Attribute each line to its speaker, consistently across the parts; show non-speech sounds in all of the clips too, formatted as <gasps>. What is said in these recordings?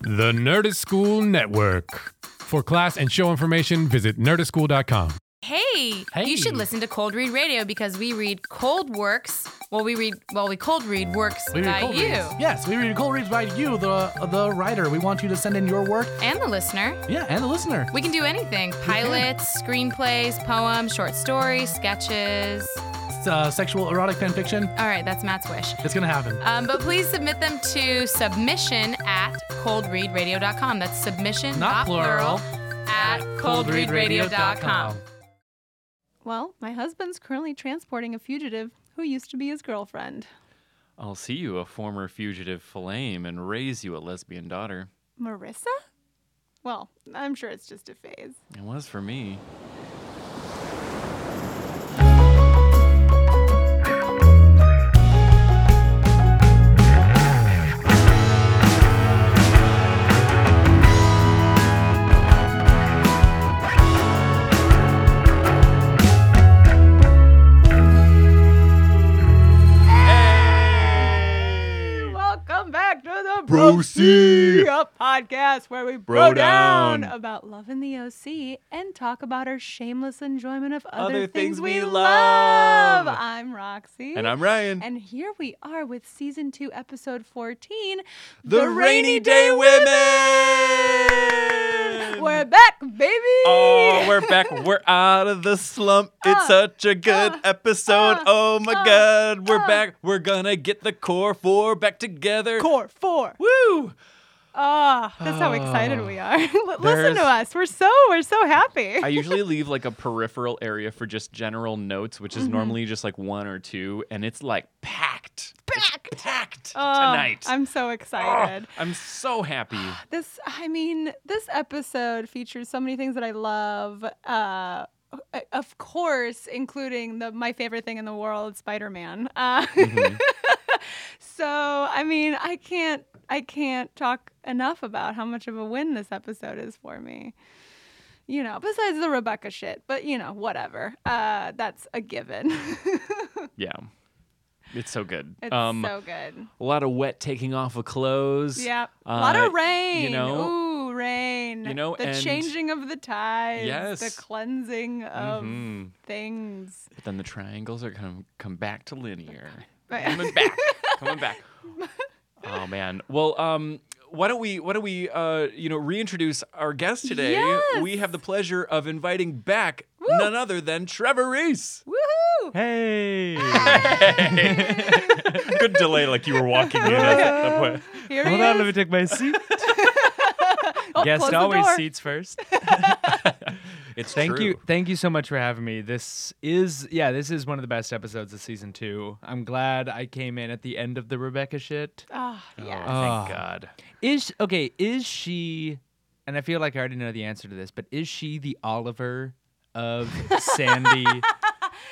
Speaker 1: The Nerdist School Network. For class and show information, visit nerdistschool.com.
Speaker 2: Hey,
Speaker 1: Hey.
Speaker 2: you should listen to Cold Read Radio because we read cold works. Well, we read, well, we cold read works
Speaker 3: We read
Speaker 2: by
Speaker 3: cold
Speaker 2: you
Speaker 3: reads. Yes, we read cold reads by you, the the writer. We want you to send in your work.
Speaker 2: and the listener.
Speaker 3: Yeah, and the listener.
Speaker 2: We can do anything pilots, screenplays, poems, short stories, sketches.
Speaker 3: It's, uh, sexual erotic fan fiction.
Speaker 2: All right, that's Matt's wish.
Speaker 3: It's gonna happen.
Speaker 2: Um, but please submit them to submission at coldreadradio.com. That's submission,
Speaker 3: Not plural.
Speaker 2: at coldreadradio.com.
Speaker 4: Well, my husband's currently transporting a fugitive who used to be his girlfriend.
Speaker 5: I'll see you a former fugitive flame and raise you a lesbian daughter.
Speaker 4: Marissa? Well, I'm sure it's just a phase.
Speaker 5: It was for me.
Speaker 4: Welcome back to the Bro C Up podcast where we bro, down. about love in the OC and talk about our shameless enjoyment of other, things, we love. I'm Roxy.
Speaker 5: And I'm Ryan.
Speaker 4: And here we are with season two, episode 14
Speaker 5: the, Rainy Day Women!
Speaker 4: <laughs> We're back, baby.
Speaker 5: Oh, we're back. We're out of the slump. It's
Speaker 4: Uh,
Speaker 5: such a good
Speaker 4: uh,
Speaker 5: episode.
Speaker 4: uh,
Speaker 5: oh my
Speaker 4: uh,
Speaker 5: god, we're
Speaker 4: uh.
Speaker 5: back. We're gonna get the core four back together.
Speaker 4: <laughs> Core four. <laughs>
Speaker 5: Woo!
Speaker 4: Ah, that's how excited we are. <laughs> L- Listen
Speaker 5: Ah. There's-
Speaker 4: to us. We're so we're so happy.
Speaker 5: I usually leave like a peripheral area for just general notes, which
Speaker 4: Mm-hmm.
Speaker 5: is normally just like one or two, and it's like packed. Packed. packed
Speaker 4: Oh,
Speaker 5: tonight. Ah.
Speaker 4: I'm so
Speaker 5: <laughs>
Speaker 4: excited.
Speaker 5: I'm so
Speaker 4: <sighs>
Speaker 5: happy.
Speaker 4: This, I mean, this episode features so many things that I love. Uh, of course, including the my favorite thing in the world, Spider-Man. Uh,
Speaker 5: Mm-hmm.
Speaker 4: <laughs> so, I mean, I can't, I can't talk enough about how much of a win this episode is for me. You know, besides the Rebecca shit, but you know, whatever. Uh, that's a given. <laughs>
Speaker 5: Yeah. It's so good. Um,
Speaker 4: it's so good.
Speaker 5: a lot of wet taking off of clothes.
Speaker 4: Yeah.
Speaker 5: Uh,
Speaker 4: a lot of rain.
Speaker 5: You know,
Speaker 4: Ooh, rain.
Speaker 5: you know,
Speaker 4: the
Speaker 5: and-
Speaker 4: changing of the tides.
Speaker 5: Yes.
Speaker 4: The cleansing of
Speaker 5: Mhm.
Speaker 4: things.
Speaker 5: but then the triangles are come come back
Speaker 4: <laughs>
Speaker 5: to linear.
Speaker 4: Right.
Speaker 5: Coming
Speaker 4: <laughs>
Speaker 5: back. Coming back. Oh man. Well, um why don't we why don't we uh you know reintroduce our guest today?
Speaker 4: Yes.
Speaker 5: We have the pleasure of inviting back
Speaker 4: Woo.
Speaker 5: none other than Trevor Reese.
Speaker 4: Woohoo!
Speaker 6: Hey!
Speaker 5: Good delay like you were walking in at that
Speaker 4: Here
Speaker 6: Hold
Speaker 4: he
Speaker 6: on,
Speaker 4: is.
Speaker 6: let me take my <laughs> seat.
Speaker 4: Oh, close
Speaker 6: Guest
Speaker 4: the
Speaker 6: always
Speaker 4: door.
Speaker 6: seats first.
Speaker 5: It's
Speaker 6: <laughs> Thank
Speaker 5: true.
Speaker 6: you, thank you so much for having me. This is, yeah, this is one of the best episodes of season two. I'm glad I came in at the end of the Rebecca shit.
Speaker 4: Ah, yeah.
Speaker 6: Oh.
Speaker 5: Thank God.
Speaker 6: Is okay? Is she? And I feel like I already know the answer to this, but is she the Oliver <laughs> of Sandy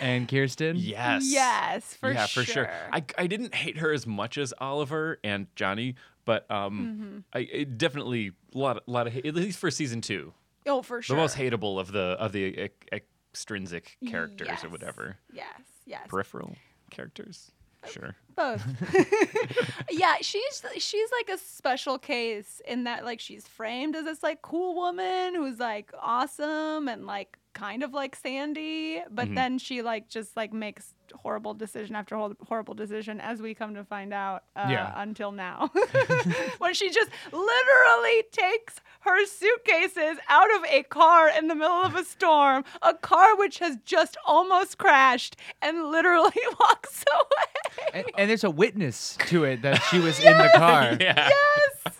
Speaker 6: and Kirsten?
Speaker 5: Yes.
Speaker 4: Yes, for
Speaker 5: yeah,
Speaker 4: sure.
Speaker 5: for sure. I, I didn't hate her as much as Oliver and Johnny, but
Speaker 4: Mm-hmm.
Speaker 5: um, I it definitely a lot lot of hate, at least for season two,
Speaker 4: oh, for sure.
Speaker 5: the most hateable of the of the ec- extrinsic characters or
Speaker 4: Yes.
Speaker 5: whatever
Speaker 4: Yes, yes.
Speaker 5: peripheral characters. Sure.
Speaker 4: both. <laughs> yeah, she's she's like a special case in that like she's framed as this like cool woman who's like awesome and like kind of like Sandy, but then she like just like makes horrible decision after hor- horrible decision as we come to find out uh,
Speaker 6: Yeah.
Speaker 4: until now. <laughs> when she just literally takes her suitcases out of a car in the middle of a storm, a car which has just almost crashed and literally <laughs> walks away.
Speaker 6: And, and there's a witness to it that she was <laughs> in the car.
Speaker 5: Yeah.
Speaker 4: <laughs>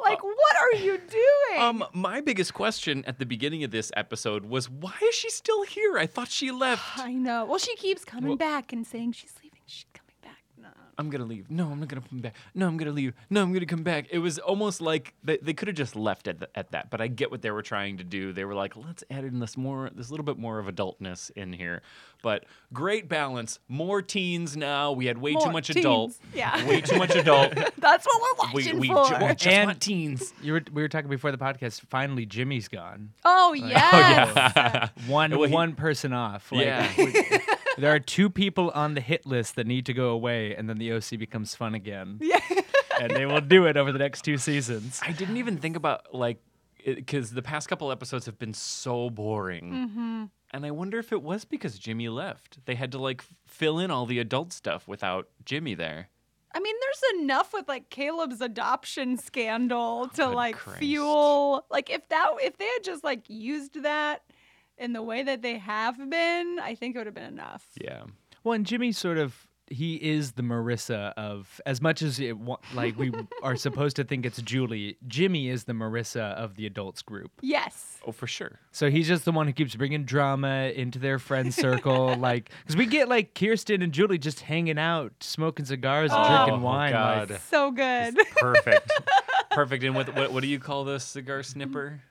Speaker 4: like, what are you doing?
Speaker 5: Um, my biggest question at the beginning of this episode was why is she still here? I thought she left.
Speaker 4: I know. Well, she keeps coming
Speaker 5: Well-
Speaker 4: back and saying she's leaving. She's coming back. No.
Speaker 5: I'm gonna leave. No, I'm not gonna come back. No, I'm gonna leave. No, I'm gonna come back. It was almost like they, they could have just left at, the, at that, but I get what they were trying to do. They were like, let's add in this more, this little bit more of adultness in here. But great balance. More teens now. We had way too
Speaker 4: More
Speaker 5: much
Speaker 4: teens.
Speaker 5: adult.
Speaker 4: Yeah.
Speaker 5: Way too much adult.
Speaker 4: <laughs>
Speaker 6: <laughs>
Speaker 4: That's what we're
Speaker 5: we
Speaker 4: watching
Speaker 5: we,
Speaker 4: for.
Speaker 5: ju- we just
Speaker 6: And-
Speaker 5: want teens.
Speaker 6: You were, we were talking before the podcast. Finally, Jimmy's gone.
Speaker 4: <laughs> oh yes.
Speaker 5: <laughs>
Speaker 6: one
Speaker 5: Well, he-
Speaker 6: one person off. <laughs> Like,
Speaker 5: Yeah.
Speaker 6: <laughs> we- there are two people on the hit list that need to go away, and then the OC becomes fun again.
Speaker 4: yeah.
Speaker 6: <laughs> and they will do it over the next two seasons.
Speaker 5: I didn't even think about like because the past couple episodes have been so boring.
Speaker 4: Mm-hmm.
Speaker 5: And I wonder if it was because Jimmy left. They had to like f- fill in all the adult stuff without Jimmy there.
Speaker 4: I mean, there's enough with like Caleb's adoption scandal to
Speaker 5: Oh, Good
Speaker 4: like
Speaker 5: Christ.
Speaker 4: fuel. Like if that if they had just like used that in the way that they have been, I think it would have been enough.
Speaker 5: Yeah.
Speaker 6: Well, and Jimmy sort of he is the Marissa of as much as it wa-
Speaker 4: <laughs>
Speaker 6: like we are supposed to think it's Julie. Jimmy is the Marissa of the adults group.
Speaker 4: Yes.
Speaker 5: Oh, for sure.
Speaker 6: So he's just the one who keeps bringing drama into their
Speaker 4: <laughs>
Speaker 6: friend circle, like because we get like Kirsten and Julie just hanging out, smoking cigars, and
Speaker 5: Oh,
Speaker 6: drinking wine. like-
Speaker 5: God.
Speaker 4: So good.
Speaker 5: Perfect. Perfect. And what, what what do you call this cigar snipper?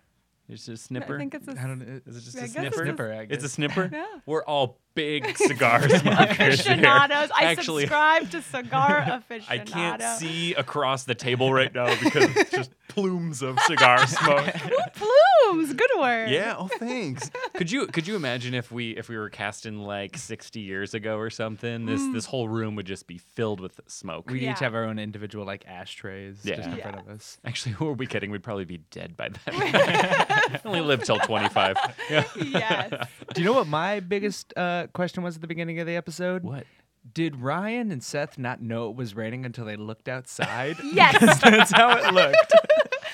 Speaker 5: It's a
Speaker 4: <laughs>
Speaker 5: snipper.
Speaker 4: I think it's a
Speaker 6: I don't. know.
Speaker 5: Is it just
Speaker 4: I
Speaker 5: a
Speaker 4: guess it's
Speaker 5: snipper?
Speaker 4: a-
Speaker 6: Snipper, I
Speaker 5: It's a
Speaker 6: guess.
Speaker 5: snipper.
Speaker 4: <laughs> Yeah.
Speaker 5: We're all
Speaker 4: <laughs>
Speaker 5: big cigar smokers here.
Speaker 4: aficionados. I
Speaker 5: <laughs> Actually,
Speaker 4: subscribe to cigar aficionado.
Speaker 5: <laughs> I can't see across the table right now because it's just plumes of cigar smoke.
Speaker 4: <laughs> <laughs> plumes. Good word.
Speaker 5: Yeah. Oh, thanks. could you could you imagine if we if we were casting like sixty years ago or something? This this whole room would just be filled with smoke.
Speaker 6: We
Speaker 4: Yeah.
Speaker 6: each have our own individual like ashtrays just
Speaker 5: Yeah.
Speaker 6: in
Speaker 5: Yeah.
Speaker 6: front of us.
Speaker 5: Actually, who are we kidding? We'd probably be dead by then. Only live till twenty five. Yeah.
Speaker 4: Yes.
Speaker 6: Do you know what my biggest uh, question was at the beginning of the episode?
Speaker 5: <laughs> What?
Speaker 6: Did Ryan and Seth not know it was raining until they
Speaker 4: <laughs>
Speaker 6: looked outside?
Speaker 4: Yes.
Speaker 6: That's how it looked.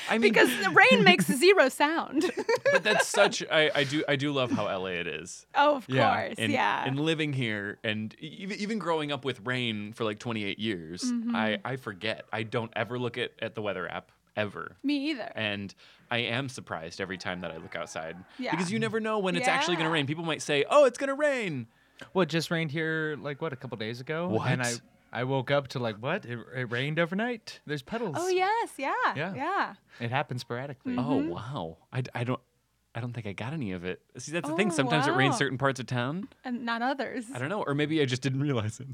Speaker 5: I mean,
Speaker 4: because the rain makes zero sound. <laughs>
Speaker 5: but that's such. I, I do I do love how LA it is.
Speaker 4: oh, of
Speaker 6: Yeah,
Speaker 4: course.
Speaker 5: and,
Speaker 4: yeah.
Speaker 5: and living here and e, even, even growing up with rain for like 28 years I, I forget i don't ever look at, at the weather app ever
Speaker 4: Me either.
Speaker 5: and i am surprised every time that i look outside
Speaker 4: Yeah.
Speaker 5: because you never know when it's actually going to
Speaker 4: Yeah.
Speaker 5: rain people might say oh it's going to rain
Speaker 6: Well, it just rained here like what a couple days ago. And I
Speaker 5: What?
Speaker 6: I woke up to like what? It, it rained overnight. There's puddles.
Speaker 4: Oh yes, yeah, Mm.
Speaker 6: Yeah.
Speaker 4: yeah.
Speaker 6: It happens sporadically.
Speaker 4: Mm-hmm.
Speaker 5: oh wow I, d- I don't i don't think i got any of it see that's the thing
Speaker 4: Oh,
Speaker 5: sometimes it rains
Speaker 4: wow.
Speaker 5: certain parts of town
Speaker 4: and not others.
Speaker 5: i don't know or maybe i just didn't realize it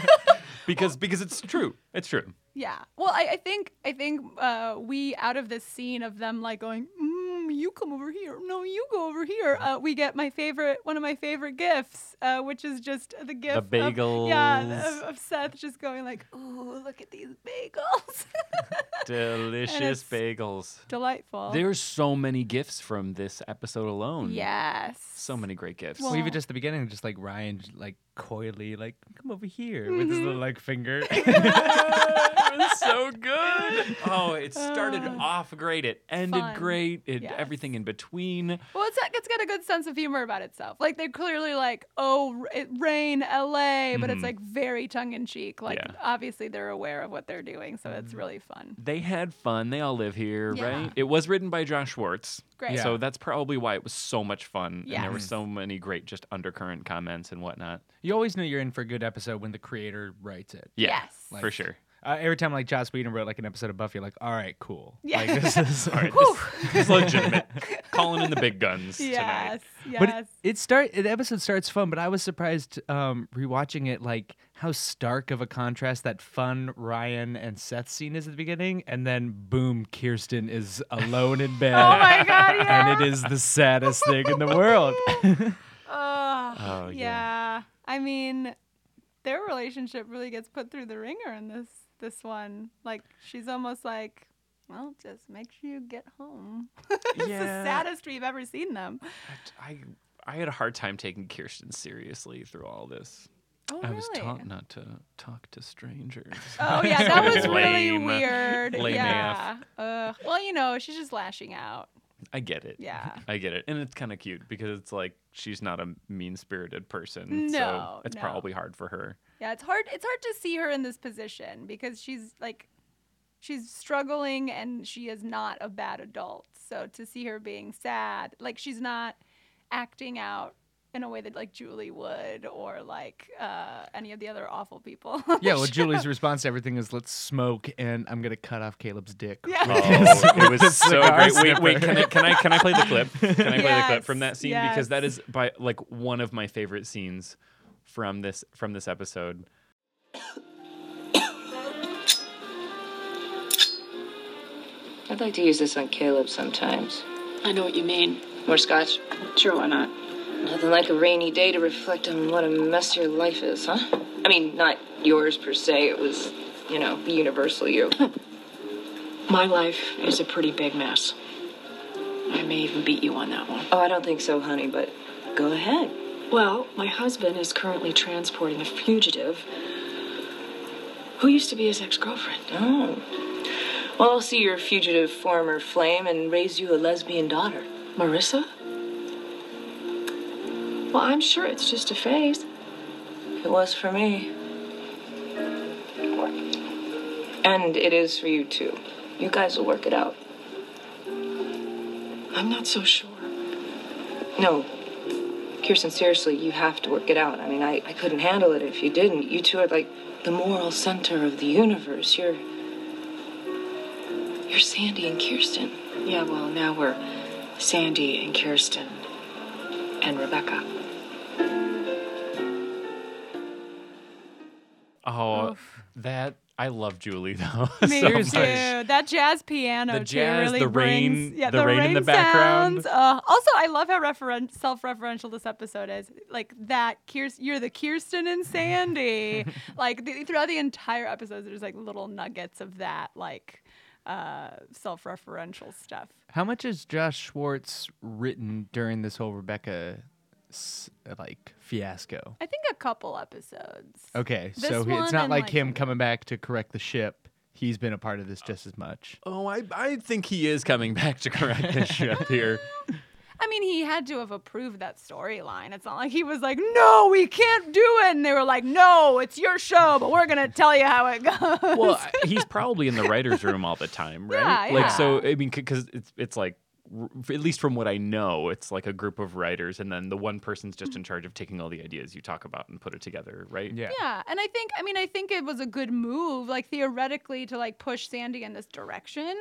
Speaker 4: <laughs>
Speaker 5: because because it's true it's true
Speaker 4: Yeah. Well, I, I think I think uh, we out of this scene of them like going, mm, you come over here, no, you go over here. Uh, we get my favorite, one of my favorite gifts, uh, which is just the gift Of, yeah,
Speaker 5: bagels.
Speaker 4: of, of Seth just going like, ooh, look at these bagels, <laughs>
Speaker 5: delicious
Speaker 4: it's-
Speaker 5: bagels
Speaker 4: delightful.
Speaker 5: There's so many gifts from this episode alone.
Speaker 4: yes.
Speaker 5: So many great gifts.
Speaker 6: Well,
Speaker 4: Well-
Speaker 6: even just the beginning, just like Ryan, like coyly, like come over here with
Speaker 4: Mm-hmm.
Speaker 6: his little like
Speaker 4: <laughs>
Speaker 6: finger. <laughs>
Speaker 5: it was so good. Oh, it started off great. It ended
Speaker 4: Ah. Fun.
Speaker 5: great. It
Speaker 4: Yes.
Speaker 5: everything in between.
Speaker 4: Well, it's it's got a good sense of humor about itself. Like they're clearly like, oh, r- it rain L.A., but it's like very tongue in cheek. Like
Speaker 5: Mm-hmm. Yeah. Mm-hmm.
Speaker 4: obviously they're aware of what they're doing, so it's really fun.
Speaker 5: They had fun. They all live here,
Speaker 4: Yeah.
Speaker 5: right? It was written by Josh Schwartz.
Speaker 4: Great.
Speaker 5: So
Speaker 6: Yeah.
Speaker 5: that's probably why it was so much fun. And there were
Speaker 4: Yes.
Speaker 5: so many great just undercurrent comments and whatnot.
Speaker 6: you always know you're in for a good episode when the creator writes it.
Speaker 5: Yeah.
Speaker 4: Yes.
Speaker 5: For
Speaker 6: Like-
Speaker 5: sure. <laughs>
Speaker 6: Uh, every time like Joss Whedon wrote like an episode of Buffy, like all right, cool.
Speaker 4: <laughs> Yeah.
Speaker 6: Like, this is
Speaker 5: All right. This, this is legitimate. Calling in the big guns tonight.
Speaker 4: Yes, yes.
Speaker 6: But it, it start the episode starts fun, but I was surprised um rewatching it like how stark of a contrast that fun Ryan and Seth scene is at the beginning, and then boom, Kirsten is alone in bed.
Speaker 4: oh my god, yeah.
Speaker 6: <laughs> And it is the saddest thing in
Speaker 4: <laughs>
Speaker 6: the world. <laughs>
Speaker 4: Ugh,
Speaker 5: Oh, yeah.
Speaker 4: yeah. I mean, their relationship really gets put through the ringer in this this one. Like she's almost like, well, just make sure you get home. it's
Speaker 5: Yeah.
Speaker 4: the saddest we've ever seen them.
Speaker 5: I I had a hard time taking Kirsten seriously through all this.
Speaker 4: Oh,
Speaker 5: I was
Speaker 4: really?
Speaker 5: taught not to talk to strangers. <laughs>
Speaker 4: Oh yeah, that was really
Speaker 5: Lame.
Speaker 4: weird.
Speaker 5: Lame
Speaker 4: yeah. Ugh. Well, you know, she's just lashing out.
Speaker 5: I get it.
Speaker 4: Yeah.
Speaker 5: I get it. And it's kind of cute because it's like she's not a mean spirited person. so
Speaker 4: No,
Speaker 5: it's
Speaker 4: no.
Speaker 5: probably hard for her.
Speaker 4: Yeah, it's hard. It's hard to see her in this position because she's like, she's struggling and she is not a bad adult. So to see her being sad, like she's not acting out in a way that like Julie would or like uh, any of the other awful people.
Speaker 6: yeah, well, Julie's response to everything is let's smoke, and I'm gonna cut off Caleb's dick.
Speaker 4: <laughs> Yeah.
Speaker 5: Oh, it was so great. Wait, wait, can I can I can I play the clip? Can I play the clip
Speaker 4: Yes,
Speaker 5: from that scene because
Speaker 4: yes.
Speaker 5: that is by like one of my favorite scenes from this from this episode.
Speaker 7: I'd like to use this on Caleb sometimes.
Speaker 8: I know what you mean.
Speaker 7: More scotch?
Speaker 8: Sure, why not?
Speaker 7: Nothing like a rainy day to reflect on what a mess your life is, huh? I mean, not yours per se. It was you know, the universal you.
Speaker 8: <laughs> My life is a pretty big mess. I may even beat you on that one.
Speaker 7: Oh, I don't think so, honey, but go ahead.
Speaker 8: Well, my husband is currently transporting a fugitive who used to be his ex girlfriend.
Speaker 7: Oh. Well, I'll see your fugitive former flame and raise you a lesbian daughter.
Speaker 8: Marissa? Well, I'm sure it's just a phase.
Speaker 7: It was for me. And it is for you, too. You guys will work it out.
Speaker 8: I'm not so sure.
Speaker 7: No. Kirsten, seriously, you have to work it out. I mean, I, I couldn't handle it if you didn't. You two are like the moral center of the universe. You're.
Speaker 8: You're Sandy and Kirsten. Yeah, well, now we're Sandy and Kirsten and Rebecca.
Speaker 5: Oh, that I love Julie though. <laughs>
Speaker 4: Me
Speaker 5: so
Speaker 4: too.
Speaker 5: much.
Speaker 4: That jazz piano
Speaker 5: The
Speaker 4: too
Speaker 5: jazz,
Speaker 4: really
Speaker 5: the rain-
Speaker 4: brings yeah,
Speaker 5: the rain in the background.
Speaker 4: sounds. Uh, also, I love how referen- self-referential this episode is. Like that, Kirst- you're the Kirsten and
Speaker 5: <laughs>
Speaker 4: Sandy. like the, throughout the entire episode, there's like little nuggets of that, like uh, self-referential stuff.
Speaker 6: How much is Josh Schwartz written during this whole Rebecca s- like fiasco?
Speaker 4: I think a couple episodes.
Speaker 6: Okay,
Speaker 4: This
Speaker 6: so he,
Speaker 4: one
Speaker 6: it's not
Speaker 4: and,
Speaker 6: like
Speaker 4: like-
Speaker 6: him coming back to correct the ship. He's been a part of this just as much.
Speaker 5: Oh, I, I think he is coming back to correct this ship here.
Speaker 4: I mean, he had to have approved that storyline. It's not like he was like, "No, we can't do it," and they were like, "No, it's your show, but we're gonna tell you how it goes."
Speaker 5: Well, I- he's probably in the writers' room all the time, right?
Speaker 4: Yeah,
Speaker 5: Like so, I mean, because it's it's like r- at least from what I know, it's like a group of writers, and then the one person's just in charge of taking all the ideas you talk about and put it together, right?
Speaker 4: Yeah, and I think I mean I think it was a good move, like theoretically, to like push Sandy in this direction,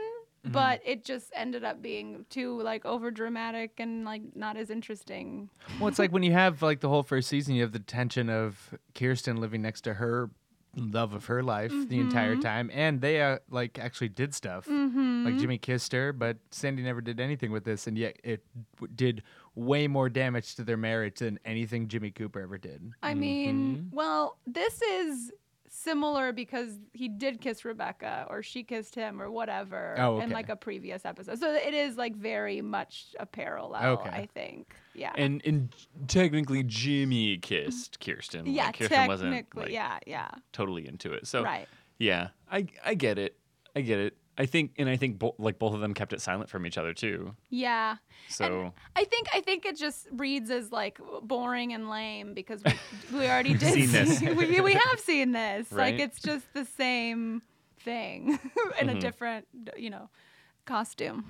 Speaker 5: Mm-hmm.
Speaker 4: but it just ended up being too like over dramatic and like not as interesting.
Speaker 6: Well, it's like when you have like the whole first season, you have the tension of Kirsten living next to her love of her life the entire
Speaker 4: Mm-hmm.
Speaker 6: time, and they uh, like actually did stuff. Like Jimmy kissed her, but Sandy never did anything with this, and yet it w- did way more damage to their marriage than anything Jimmy Cooper ever did.
Speaker 4: I mean,
Speaker 5: Mm-hmm.
Speaker 4: well, this is similar because he did kiss Rebecca or she kissed him or whatever
Speaker 6: Oh,
Speaker 4: in
Speaker 6: okay.
Speaker 4: like a previous episode. So it is like very much a parallel,
Speaker 6: Okay.
Speaker 4: I think. Yeah.
Speaker 5: And and technically, Jimmy kissed Kirsten. like,
Speaker 4: yeah,
Speaker 5: Kirsten
Speaker 4: technically.
Speaker 5: wasn't like,
Speaker 4: yeah, yeah.
Speaker 5: totally into it. So
Speaker 4: Right.
Speaker 5: Yeah, I I get it. I get it. I think, and I think bo- like both of them kept it silent from each other too.
Speaker 4: Yeah. <laughs>
Speaker 5: So
Speaker 4: I think I think it just reads as like boring and lame because
Speaker 5: <laughs>
Speaker 4: we, we already did
Speaker 5: seen this.
Speaker 4: see- <laughs> we, we have seen this.
Speaker 5: Right. Mm-hmm.
Speaker 4: Like it's just the same thing <laughs> in a different, you know, costume.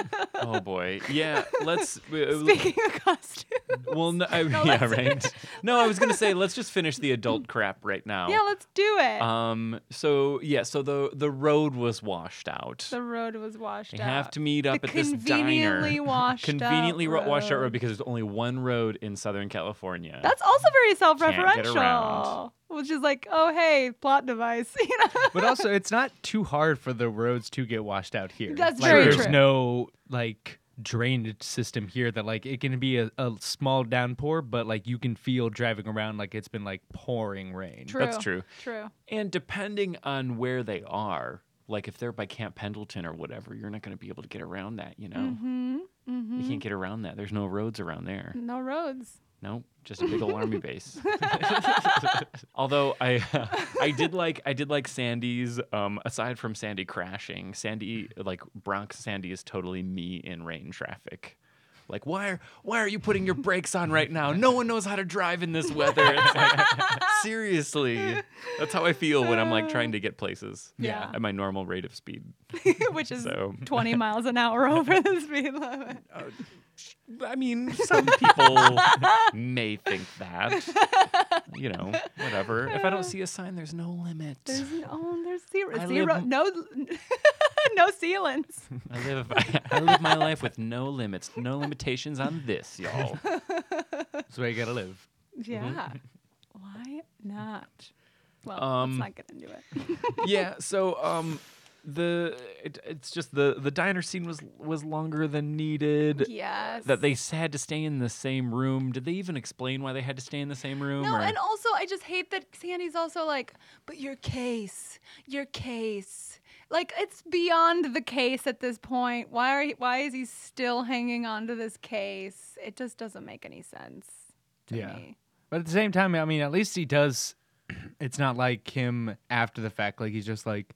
Speaker 4: <laughs>
Speaker 5: <laughs> oh boy, yeah. Let's uh,
Speaker 4: Speaking of costume. <laughs>
Speaker 5: well, no, I, yeah, right. No, I was gonna say let's just finish the adult crap right now.
Speaker 4: Yeah, let's do it.
Speaker 5: um. So yeah. So the the road was washed out.
Speaker 4: the road was washed
Speaker 5: they
Speaker 4: out.
Speaker 5: have to meet up
Speaker 4: The
Speaker 5: at this diner. <laughs>
Speaker 4: conveniently washed out
Speaker 5: conveniently ro- washed out
Speaker 4: road.
Speaker 5: road because there's only one road in Southern California.
Speaker 4: That's also very
Speaker 5: get
Speaker 4: self-referential,
Speaker 5: around.
Speaker 4: which is like, oh hey, plot device. <laughs> You know.
Speaker 6: But also, it's not too hard for the roads to get washed out here.
Speaker 4: That's
Speaker 6: like,
Speaker 4: very
Speaker 6: There's
Speaker 4: true.
Speaker 6: no like drainage system here that like it can be a, a small downpour, but like you can feel driving around like it's been like pouring rain.
Speaker 4: True.
Speaker 5: That's true.
Speaker 4: True.
Speaker 5: And depending on where they are, like if they're by Camp Pendleton or whatever, you're not going to be able to get around that, you know?
Speaker 4: Mm-hmm.
Speaker 5: You
Speaker 4: Mm-hmm.
Speaker 5: can't get around that. There's no roads around there.
Speaker 4: No roads.
Speaker 5: Nope, just a big old army base. <laughs> Although I, <laughs> I did like I did like Sandy's. Um, aside from Sandy crashing, Sandy like Bronx Sandy is totally me in rain traffic. Like why are why are you putting your brakes on right now? No one knows how to drive in this weather. It's like, seriously, that's how I feel when I'm like trying to get places.
Speaker 4: Yeah.
Speaker 5: at my normal rate of speed.
Speaker 4: <laughs> which is
Speaker 5: So-
Speaker 4: 20 miles an
Speaker 5: <laughs>
Speaker 4: hour over the speed limit. <laughs>
Speaker 5: I mean, some people may think that.
Speaker 4: <laughs>
Speaker 5: You know, whatever. If I don't see a sign, there's no limit.
Speaker 4: There's no, Oh, there's zero,
Speaker 5: I
Speaker 4: zero
Speaker 5: live- Mm-hmm.
Speaker 4: no, <laughs> no
Speaker 5: <laughs>
Speaker 4: ceilings.
Speaker 5: I live, I live my life with no limits, no limitations on
Speaker 4: <laughs>
Speaker 5: this, y'all.
Speaker 6: That's where you gotta live.
Speaker 4: Yeah. Why not? Well,
Speaker 5: Um,
Speaker 4: let's not get into it.
Speaker 5: Yeah. So, um, the it, it's just the the diner scene was was longer than needed.
Speaker 4: Yes.
Speaker 5: That they s- had to stay in the same room. Did they even explain why they had to stay in the same room?
Speaker 4: No,
Speaker 5: or-
Speaker 4: and also I just hate that Sandy's also like, but your case, your case. Like it's beyond the case at this point. Why are he, why is he still hanging on to this case? It just doesn't make any sense to
Speaker 6: Yeah.
Speaker 4: me.
Speaker 6: But at the same time, I mean, at least he does. <clears throat> It's not like him after the fact. Like he's just like,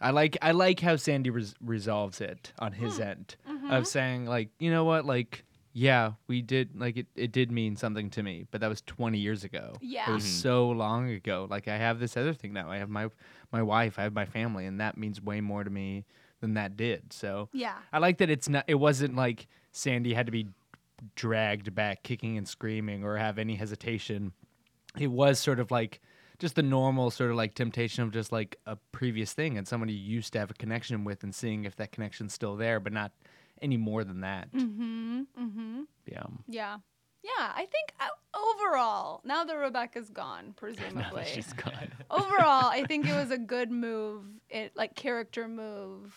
Speaker 6: I like, I like how Sandy res- resolves it on his end of saying like, you know what, like, yeah, we did, like, it, it did mean something to me, but that was twenty years ago. it
Speaker 4: Yeah.
Speaker 6: was so long ago. Like I have this other thing now. I have my my wife. I have my family, and that means way more to me than that did. So
Speaker 4: Yeah.
Speaker 6: I like that it's not. It wasn't like Sandy had to be dragged back, kicking and screaming, or have any hesitation. It was sort of like just the normal sort of like temptation of just like a previous thing and someone you used to have a connection with, and seeing if that connection's still there, but not any more than that.
Speaker 4: Mhm. Mhm.
Speaker 6: Yeah.
Speaker 4: Yeah. Yeah, I think uh, overall, now that Rebecca's gone,
Speaker 5: <laughs>
Speaker 4: presumably.
Speaker 5: <laughs> She's gone.
Speaker 4: overall, I think
Speaker 5: <laughs>
Speaker 4: it was a good move, it, like character move,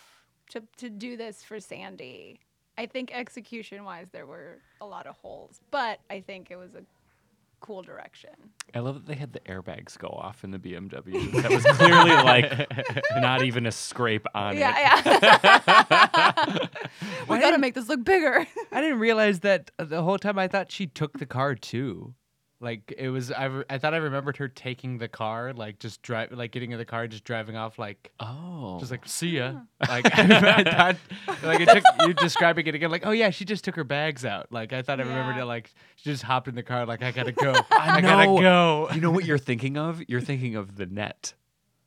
Speaker 4: to to do this for Sandy. I think execution wise, there were a lot of holes, but I think it was a cool direction.
Speaker 5: I love that they had the airbags go off in the BMW. That was clearly like not even a scrape on it.
Speaker 4: Yeah, yeah.
Speaker 5: <laughs>
Speaker 4: <laughs> we gotta make this look bigger. <laughs>
Speaker 6: I didn't realize that the whole time. I thought she took the car too. Like it was, I, re- I thought I remembered her taking the car, like just drive, like getting in the car, just driving off, like
Speaker 5: Oh.
Speaker 6: just like see ya. <laughs> Like I thought, like it took you describing it again, like oh yeah, she just took her bags out. Like I thought I remembered
Speaker 4: Yeah.
Speaker 6: it, like she just hopped in the car, like I gotta go, I,
Speaker 5: know.
Speaker 6: gotta go.
Speaker 5: you know what you're thinking of? You're thinking of the net.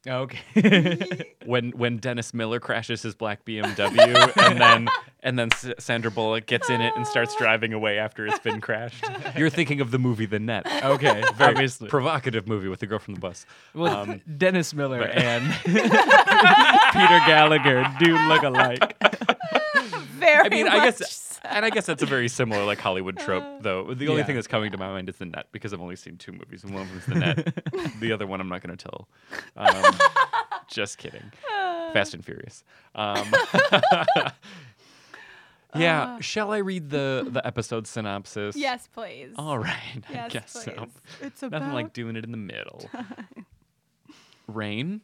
Speaker 6: Okay,
Speaker 5: When when Dennis Miller crashes his black BMW and then and then S- Sandra Bullock gets in it and starts driving away after it's been crashed. You're thinking of the movie The Net.
Speaker 6: okay,
Speaker 5: Very
Speaker 6: Oh, obviously.
Speaker 5: provocative movie with the girl from the bus.
Speaker 6: well, <laughs> Dennis Miller
Speaker 5: but-
Speaker 6: and Peter Gallagher do look alike.
Speaker 4: Very
Speaker 5: I mean,
Speaker 4: much
Speaker 5: I guess,
Speaker 4: so. Uh,
Speaker 5: and I guess that's a very similar like Hollywood trope, though. The only
Speaker 6: Yeah.
Speaker 5: thing that's coming to my mind is the net because I've only seen two movies, and one of them's the net. the other one I'm not going to tell.
Speaker 4: <laughs>
Speaker 5: Um, just kidding.
Speaker 4: Uh.
Speaker 5: Fast and Furious.
Speaker 4: <laughs>
Speaker 5: Um, <laughs> yeah.
Speaker 4: Uh.
Speaker 5: shall I read the the episode synopsis?
Speaker 4: Yes, please.
Speaker 5: All right. I
Speaker 4: Yes,
Speaker 5: guess
Speaker 4: please.
Speaker 5: so.
Speaker 4: It's
Speaker 5: Nothing
Speaker 4: about
Speaker 5: like doing it in the middle. Rain,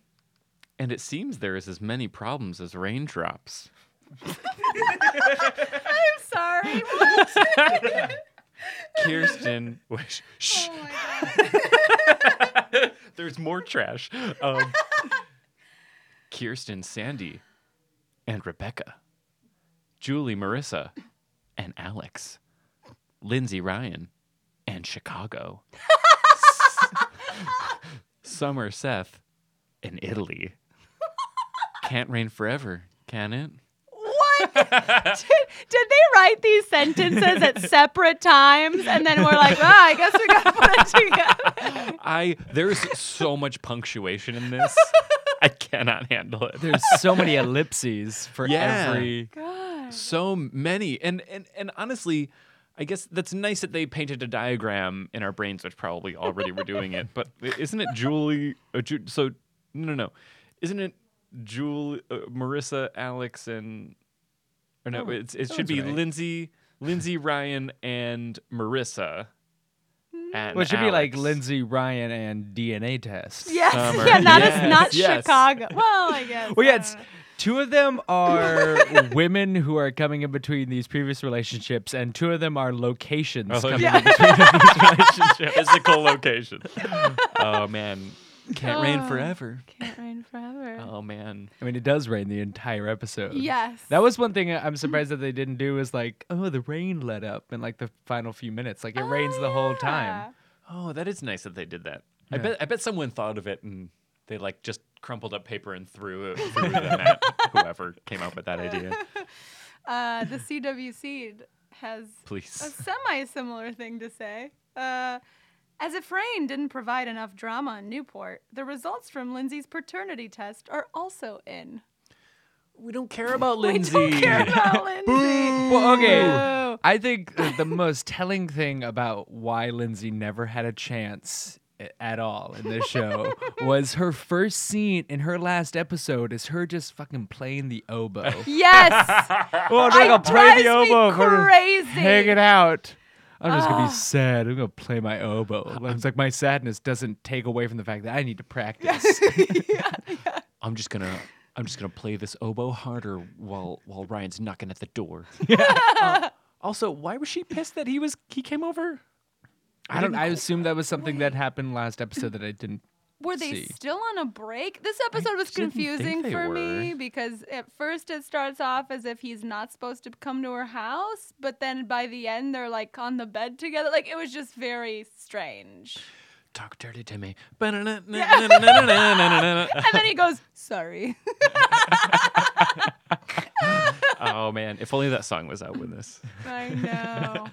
Speaker 5: and it seems there is as many problems as raindrops.
Speaker 4: I'm sorry.
Speaker 5: <laughs> Kirsten. Wait, shh.
Speaker 4: Oh
Speaker 5: <laughs> There's more trash. Um, Kirsten, Sandy, and Rebecca. Julie, Marissa, and Alex. Lindsay, Ryan, and Chicago. Summer, Seth, and Italy. Can't rain forever, can it?
Speaker 4: Did they write these sentences
Speaker 5: <laughs>
Speaker 4: at separate times? And then we're like, ah, I guess we gotta put
Speaker 5: <laughs>
Speaker 4: it together.
Speaker 5: I there's so much punctuation in this. I cannot handle it.
Speaker 6: <laughs> There's so many ellipses for
Speaker 5: Yeah.
Speaker 6: every.
Speaker 5: so many and and and honestly i guess that's nice that they painted a diagram in our brains which probably already were doing it but isn't it julie uh, Ju- so no no no isn't it julie uh, marissa alex and or no it's, it should
Speaker 6: Oh, sounds
Speaker 5: be
Speaker 6: right.
Speaker 5: lindsay lindsay ryan and marissa and
Speaker 6: Well, it should be like
Speaker 5: Alex.
Speaker 6: Lindsay Ryan and DNA test.
Speaker 4: Yes.
Speaker 5: Summer.
Speaker 4: Yeah, not
Speaker 5: Yes,
Speaker 4: as not
Speaker 5: yes.
Speaker 4: Chicago. Well, I guess.
Speaker 6: Well, yeah,
Speaker 4: I
Speaker 6: it's
Speaker 4: don't know.
Speaker 6: two of them are women who are coming in between these previous relationships, and two of them are locations
Speaker 5: Oh,
Speaker 6: coming
Speaker 5: yeah.
Speaker 6: in between these relationships.
Speaker 5: <laughs> physical
Speaker 6: <laughs>
Speaker 5: location oh man can't rain
Speaker 4: Oh.
Speaker 5: forever
Speaker 4: can't rain forever.
Speaker 5: oh man
Speaker 6: I mean, it does rain the entire episode.
Speaker 4: Yes.
Speaker 6: That was one thing I'm surprised that they didn't do is like, oh, the rain let up in like the final few minutes. Like it rains the whole time.
Speaker 5: Oh, that is nice that they did that. I bet I bet someone thought of it and they like just crumpled up paper and threw it threw them at whoever came up with that idea.
Speaker 4: Uh, the CWC has a
Speaker 5: Please.
Speaker 4: semi-similar thing to say. Uh, as if rain didn't provide enough drama in Newport, the results from Lindsay's paternity test are also in.
Speaker 5: <laughs> We don't care about
Speaker 4: We don't care about Lindsay.
Speaker 6: Well, okay.
Speaker 4: Boo.
Speaker 6: I think the most telling thing about why Lindsay never had a chance a- at all in this show was her first scene in her last episode is her just fucking playing the oboe.
Speaker 4: Yes.
Speaker 6: well,
Speaker 4: I drives me crazy. Ah.
Speaker 6: hanging out. I'm just gonna be sad. I'm gonna play my oboe. It's like my sadness doesn't take away from the fact that I need
Speaker 4: <laughs>
Speaker 6: to practice.
Speaker 5: I'm just gonna I'm just gonna play this oboe harder while while Ryan's knocking at the door. Uh, also, why was she pissed that he was he came over?
Speaker 6: I don't. I assume that was something that happened last episode that I didn't.
Speaker 4: Were they
Speaker 6: see.
Speaker 4: still on a break? This episode was
Speaker 5: didn't think
Speaker 4: confusing
Speaker 5: they
Speaker 4: for
Speaker 5: were.
Speaker 4: me because at first it starts off as if he's not supposed to come to her house, but then by the end they're like on the bed together. Like it was just very
Speaker 5: <laughs>
Speaker 4: strange.
Speaker 5: Talk dirty to me. Ba-na-na-na-na-na-na-na-na-na.
Speaker 4: And then he goes,
Speaker 5: <laughs>
Speaker 4: "Sorry."
Speaker 5: oh man, if only that song was out with this.
Speaker 4: I know.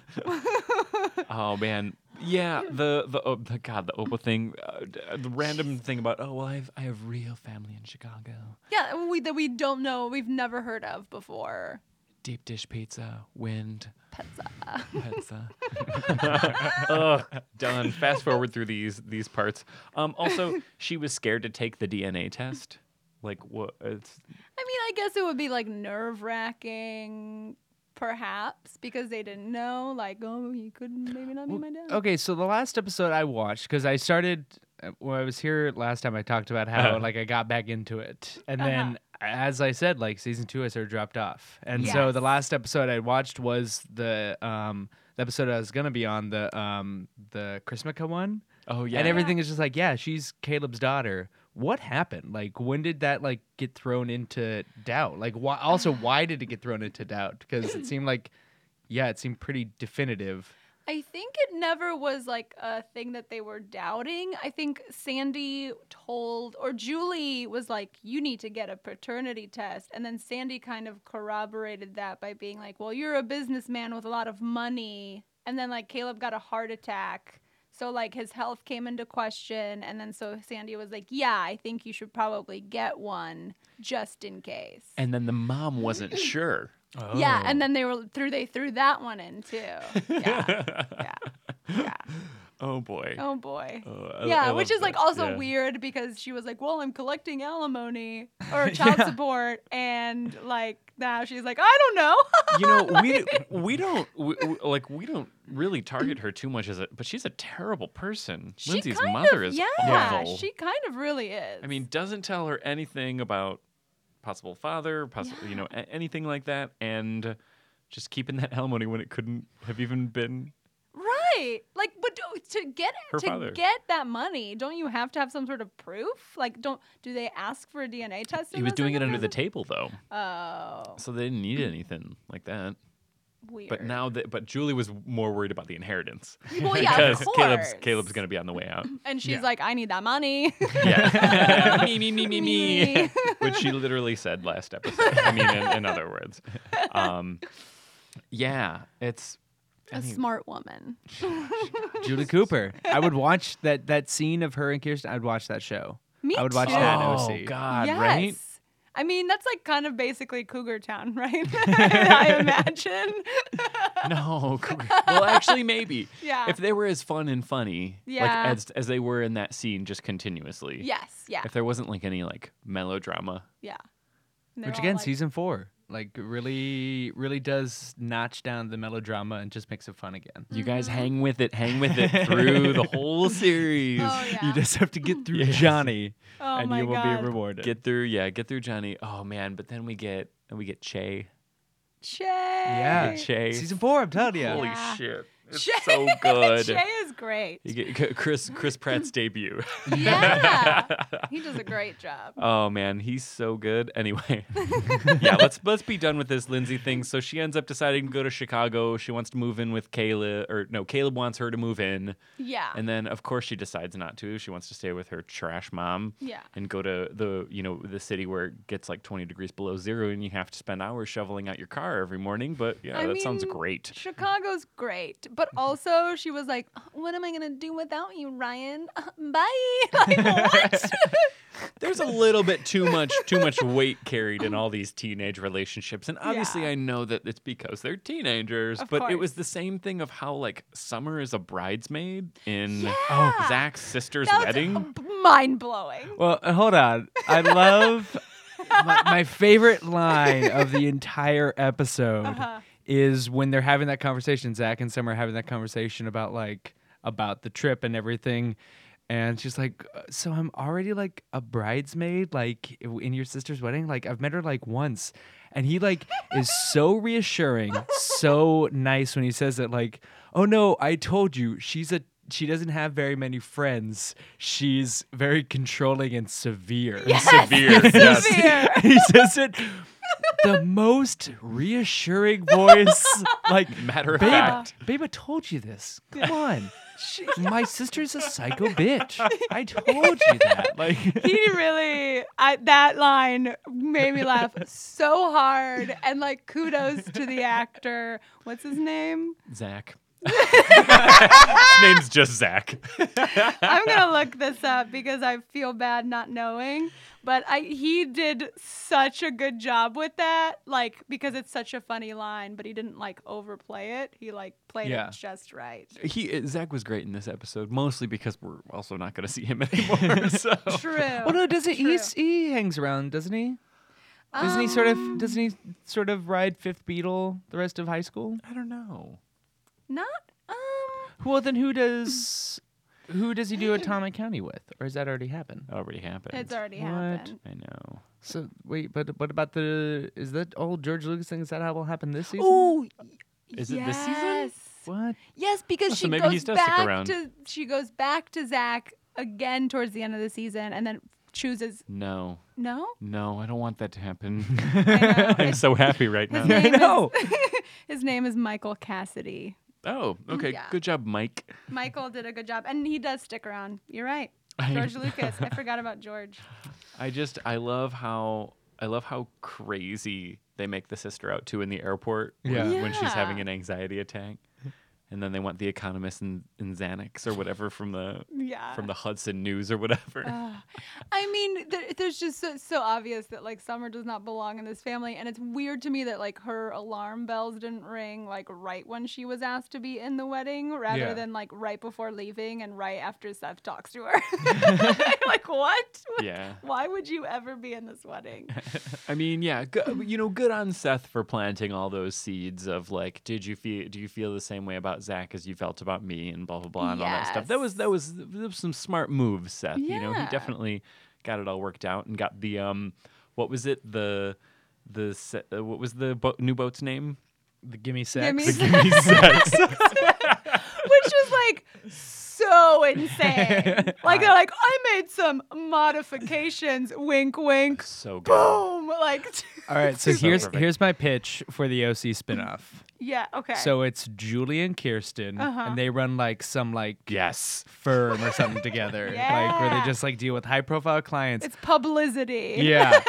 Speaker 5: Oh man, yeah. The the oh, the God the oboe thing, uh, d- uh, the random thing about oh well I have I have real family in Chicago.
Speaker 4: Yeah, and we that we don't know, we've never heard of before.
Speaker 5: Deep dish pizza, wind,
Speaker 4: Pizza.
Speaker 5: pizza. Ugh, done. Fast forward through these these parts. Um, also, she was scared to take the DNA test. Like what? It's
Speaker 4: I mean, I guess it would be like nerve wracking, perhaps, because they didn't know. Like, oh, he could maybe not be my dad.
Speaker 6: Okay, so the last episode I watched because I started uh, when I was here last time. I talked about how like I got back into it, and
Speaker 4: Uh-huh.
Speaker 6: then as I said, like season two, I sort of dropped off. And so the
Speaker 4: Yes.
Speaker 6: last episode I watched was the um the episode I was gonna be on the um the Chrismica one.
Speaker 5: oh yeah.
Speaker 6: And everything is just like, yeah, she's Caleb's daughter. What happened? Like, when did that like get thrown into doubt? Like, why?
Speaker 4: <sighs>
Speaker 6: Also, why did it get thrown into doubt? Because it seemed like, yeah, it seemed pretty
Speaker 4: <laughs>
Speaker 6: definitive.
Speaker 4: I think it never was like a thing that they were doubting. I think Sandy told, or Julie was like, you need to get a paternity test. And then Sandy kind of corroborated that by being like, well, you're a businessman with a lot of money. And then like Caleb got a heart attack. So like his health came into question. And then so Sandy was like, yeah, I think you should probably get one just in case.
Speaker 5: And then the mom wasn't sure.
Speaker 4: Yeah, and then they were through. They threw that one in too. Yeah, yeah, yeah.
Speaker 5: Oh boy.
Speaker 4: Oh boy.
Speaker 5: Oh, I-
Speaker 4: yeah,
Speaker 5: I
Speaker 4: which
Speaker 5: love
Speaker 4: is like
Speaker 5: that.
Speaker 4: also
Speaker 5: Yeah.
Speaker 4: weird because she was like, "Well, I'm collecting alimony
Speaker 5: <laughs>
Speaker 4: or child support," and like now she's like, "I don't know." <laughs>
Speaker 5: you know we we don't we, we- like we don't really target her too much as a but she's a terrible person
Speaker 4: She
Speaker 5: lindsay's
Speaker 4: kind
Speaker 5: mother
Speaker 4: of-
Speaker 5: is
Speaker 4: yeah.
Speaker 5: awful
Speaker 4: She kind of really is.
Speaker 5: i mean doesn't tell her anything about possible father possible you know a- anything like that and just keeping that alimony when it couldn't have even been
Speaker 4: right? Like, but do- to get
Speaker 5: Her
Speaker 4: to
Speaker 5: father.
Speaker 4: get that money, don't you have to have some sort of proof? Like, don't do they ask for a DNA test?
Speaker 5: he was doing it under the table though
Speaker 4: Oh,
Speaker 5: so they didn't need anything like that
Speaker 4: weird.
Speaker 5: but now that but julie was more worried about the inheritance
Speaker 4: well,
Speaker 5: <laughs>
Speaker 4: yeah, of
Speaker 5: because caleb's
Speaker 4: course.
Speaker 5: caleb's gonna be on the way out
Speaker 4: and she's like, "I need that money." <laughs>
Speaker 5: <laughs> Yeah. me, me, me, me,
Speaker 4: Me.
Speaker 5: me. <laughs> Which she literally said last episode. I mean, in, in other words. Um, yeah, it's. I
Speaker 4: a
Speaker 5: mean,
Speaker 4: smart woman.
Speaker 6: Julie Cooper. I would watch that that scene of her and Kirsten. I'd watch that show.
Speaker 4: Me
Speaker 6: I would watch
Speaker 4: too.
Speaker 6: that
Speaker 5: oh,
Speaker 6: OC.
Speaker 5: God,
Speaker 4: yes. <laughs>
Speaker 5: right?
Speaker 4: I mean, that's like kind of basically Cougar Town, <laughs> right? I
Speaker 5: <laughs>
Speaker 4: imagine.
Speaker 5: No. cor- Well, actually, maybe.
Speaker 4: Yeah.
Speaker 5: If they were as fun and funny
Speaker 4: Yeah.
Speaker 5: like, as, as they were in that scene just continuously.
Speaker 4: Yes, yeah,
Speaker 5: If there wasn't like any like melodrama.
Speaker 4: yeah. And they're
Speaker 6: Which
Speaker 4: all
Speaker 6: again,
Speaker 4: like-
Speaker 6: season four, like really, really does notch down the melodrama and just makes it fun again.
Speaker 5: You guys
Speaker 4: Mm-hmm.
Speaker 5: hang with it, hang with it
Speaker 4: <laughs>
Speaker 5: through the whole series.
Speaker 4: Oh yeah.
Speaker 6: You just have
Speaker 4: <laughs>
Speaker 6: to get through
Speaker 5: Yes.
Speaker 6: Johnny,
Speaker 4: oh
Speaker 6: and
Speaker 4: my
Speaker 6: you will
Speaker 4: God.
Speaker 6: be rewarded.
Speaker 5: Get through, yeah, get through Johnny. Oh man, but then we get and we get Che.
Speaker 4: Che.
Speaker 6: yeah,
Speaker 5: Che.
Speaker 6: season four. I'm telling you.
Speaker 5: Holy
Speaker 4: Yeah.
Speaker 5: shit. It's
Speaker 4: Che- <laughs>
Speaker 5: so good.
Speaker 4: Che is great.
Speaker 5: You get <laughs> C- Chris Chris Pratt's debut. <laughs>
Speaker 4: Yeah, he does a great job.
Speaker 5: Oh man, he's so good. Anyway, <laughs> yeah, let's let's be done with this Lindsay thing. So she ends up deciding to go to Chicago. She wants to move in with Caleb, or no, Caleb wants her to move in,
Speaker 4: Yeah,
Speaker 5: and then of course she decides not to. She wants to stay with her trash mom.
Speaker 4: Yeah.
Speaker 5: and go to the you know the city where it gets like twenty degrees below zero, and you have to spend hours shoveling out your car every morning. But yeah,
Speaker 4: I
Speaker 5: that sounds
Speaker 4: mean,
Speaker 5: great. <laughs>
Speaker 4: Chicago's great, but also she was like, "Oh, what am I gonna do without you, Ryan? Uh, Bye. <laughs> Like
Speaker 5: <laughs>
Speaker 4: what?
Speaker 5: There's a little bit too much too much weight carried in all these teenage relationships. And obviously
Speaker 4: Yeah.
Speaker 5: I know that it's because they're teenagers,
Speaker 4: Of
Speaker 5: but it was
Speaker 4: course.
Speaker 5: the same thing of how like Summer is a bridesmaid in Oh,
Speaker 4: Yeah.
Speaker 5: Zach's sister's
Speaker 4: That was
Speaker 5: wedding.
Speaker 4: Mind blowing.
Speaker 6: Well, uh, hold on. I love my, my favorite line of the entire episode is when they're having that conversation. Zach and Summer are having that conversation about like about the trip and everything. And she's like, "Uh, "So I'm already like a bridesmaid, like w- in your sister's wedding. Like I've met her like once." And he like is so reassuring, so nice when he says that like, "Oh no, I told you. She's a she doesn't have very many friends. She's very controlling and severe."
Speaker 5: Severe.
Speaker 6: <laughs>
Speaker 5: yes.
Speaker 6: he says it the most reassuring <laughs> voice like
Speaker 5: <laughs> Matter of
Speaker 6: babe,
Speaker 5: fact.
Speaker 6: babe i told you this come <laughs> on my sister's a <laughs> psycho bitch i told you that
Speaker 4: <laughs>
Speaker 6: like
Speaker 4: he really I, that line made me laugh so hard and like kudos to the actor what's his name <laughs>
Speaker 5: Zach. His name's just Zach.
Speaker 4: i'm gonna look this up because i feel bad not knowing but i he did such a good job with that like because it's such a funny line but he didn't like overplay it he like played
Speaker 6: Yeah.
Speaker 4: it just right
Speaker 5: He uh, Zach was great in this episode, mostly because we're also not going to see him <laughs>
Speaker 4: <laughs>
Speaker 5: anymore. So
Speaker 4: true
Speaker 6: well no doesn't he,
Speaker 4: True.
Speaker 6: he hangs around doesn't he doesn't he sort of doesn't he sort of ride fifth beetle the rest of high school
Speaker 5: I don't know.
Speaker 4: not um
Speaker 6: well then who does who does he <laughs> do atomic county with or has that already happened
Speaker 5: Already happened.
Speaker 4: it's already
Speaker 6: What?
Speaker 4: happened
Speaker 5: I know.
Speaker 6: so wait but what about the is that old george lucas thing is that how it will happen this season
Speaker 4: Ooh,
Speaker 5: Is it this season? Oh,
Speaker 4: yes.
Speaker 6: What?
Speaker 4: Yes, because
Speaker 5: so
Speaker 4: she
Speaker 5: maybe he
Speaker 4: goes
Speaker 5: does stick
Speaker 4: back
Speaker 5: around.
Speaker 4: to she goes back to Zach again towards the end of the season, and then chooses
Speaker 5: No,
Speaker 4: no.
Speaker 5: no, I don't want that to happen. <laughs>
Speaker 4: I know.
Speaker 5: I'm so happy right
Speaker 4: His <laughs>
Speaker 5: now.
Speaker 4: name
Speaker 6: know.
Speaker 4: is his name is Michael Cassidy.
Speaker 5: <laughs> Oh, okay.
Speaker 4: Yeah.
Speaker 5: Good job, Mike.
Speaker 4: Michael did a good job, and he does stick around. You're right,
Speaker 5: I-
Speaker 4: George Lucas.
Speaker 5: <laughs>
Speaker 4: I forgot about George.
Speaker 5: I just I love how I love how crazy they make the sister out to in the airport when-
Speaker 6: Yeah.
Speaker 5: when she's having
Speaker 4: Yeah.
Speaker 5: an anxiety attack. And then they want the economist and, and Xanax or whatever from the
Speaker 4: Yeah.
Speaker 5: from the Hudson News or whatever.
Speaker 4: Uh, I mean, there, there's just so, so obvious that like Summer does not belong in this family, and it's weird to me that like her alarm bells didn't ring like right when she was asked to be in the wedding, rather
Speaker 6: Yeah.
Speaker 4: than like right before leaving and right after Seth talks to her. <laughs> like what?
Speaker 5: yeah.
Speaker 4: Why would you ever be in this wedding?
Speaker 5: I mean, yeah, go, you know, good on Seth for planting all those seeds of like, did you feel do you feel the same way about Zach as you felt about me and blah blah blah and all that stuff. That was that was, that was some smart moves, Seth. You know, he
Speaker 4: Yeah.
Speaker 5: definitely got it all worked out and got the um, what was it the the se- uh, what was the bo- new boat's name?
Speaker 6: The gimme
Speaker 4: I
Speaker 6: sex.
Speaker 4: mean,
Speaker 5: Gimme sex.
Speaker 4: <laughs> which was like so insane. Like they're like, I made some modifications. Wink,
Speaker 5: <laughs>
Speaker 4: wink.
Speaker 5: so good.
Speaker 4: Boom. Like, <laughs>
Speaker 6: All right, so
Speaker 5: So
Speaker 6: here's
Speaker 5: perfect.
Speaker 6: here's my pitch for the OC spinoff.
Speaker 4: yeah. <laughs> Okay. Uh-huh.
Speaker 6: So it's Julie and Kirsten, and they run like some like
Speaker 5: Yes.
Speaker 6: firm or something together, like where
Speaker 4: Yeah.
Speaker 6: they just like deal with high profile clients.
Speaker 4: it's publicity. <laughs>
Speaker 6: yeah,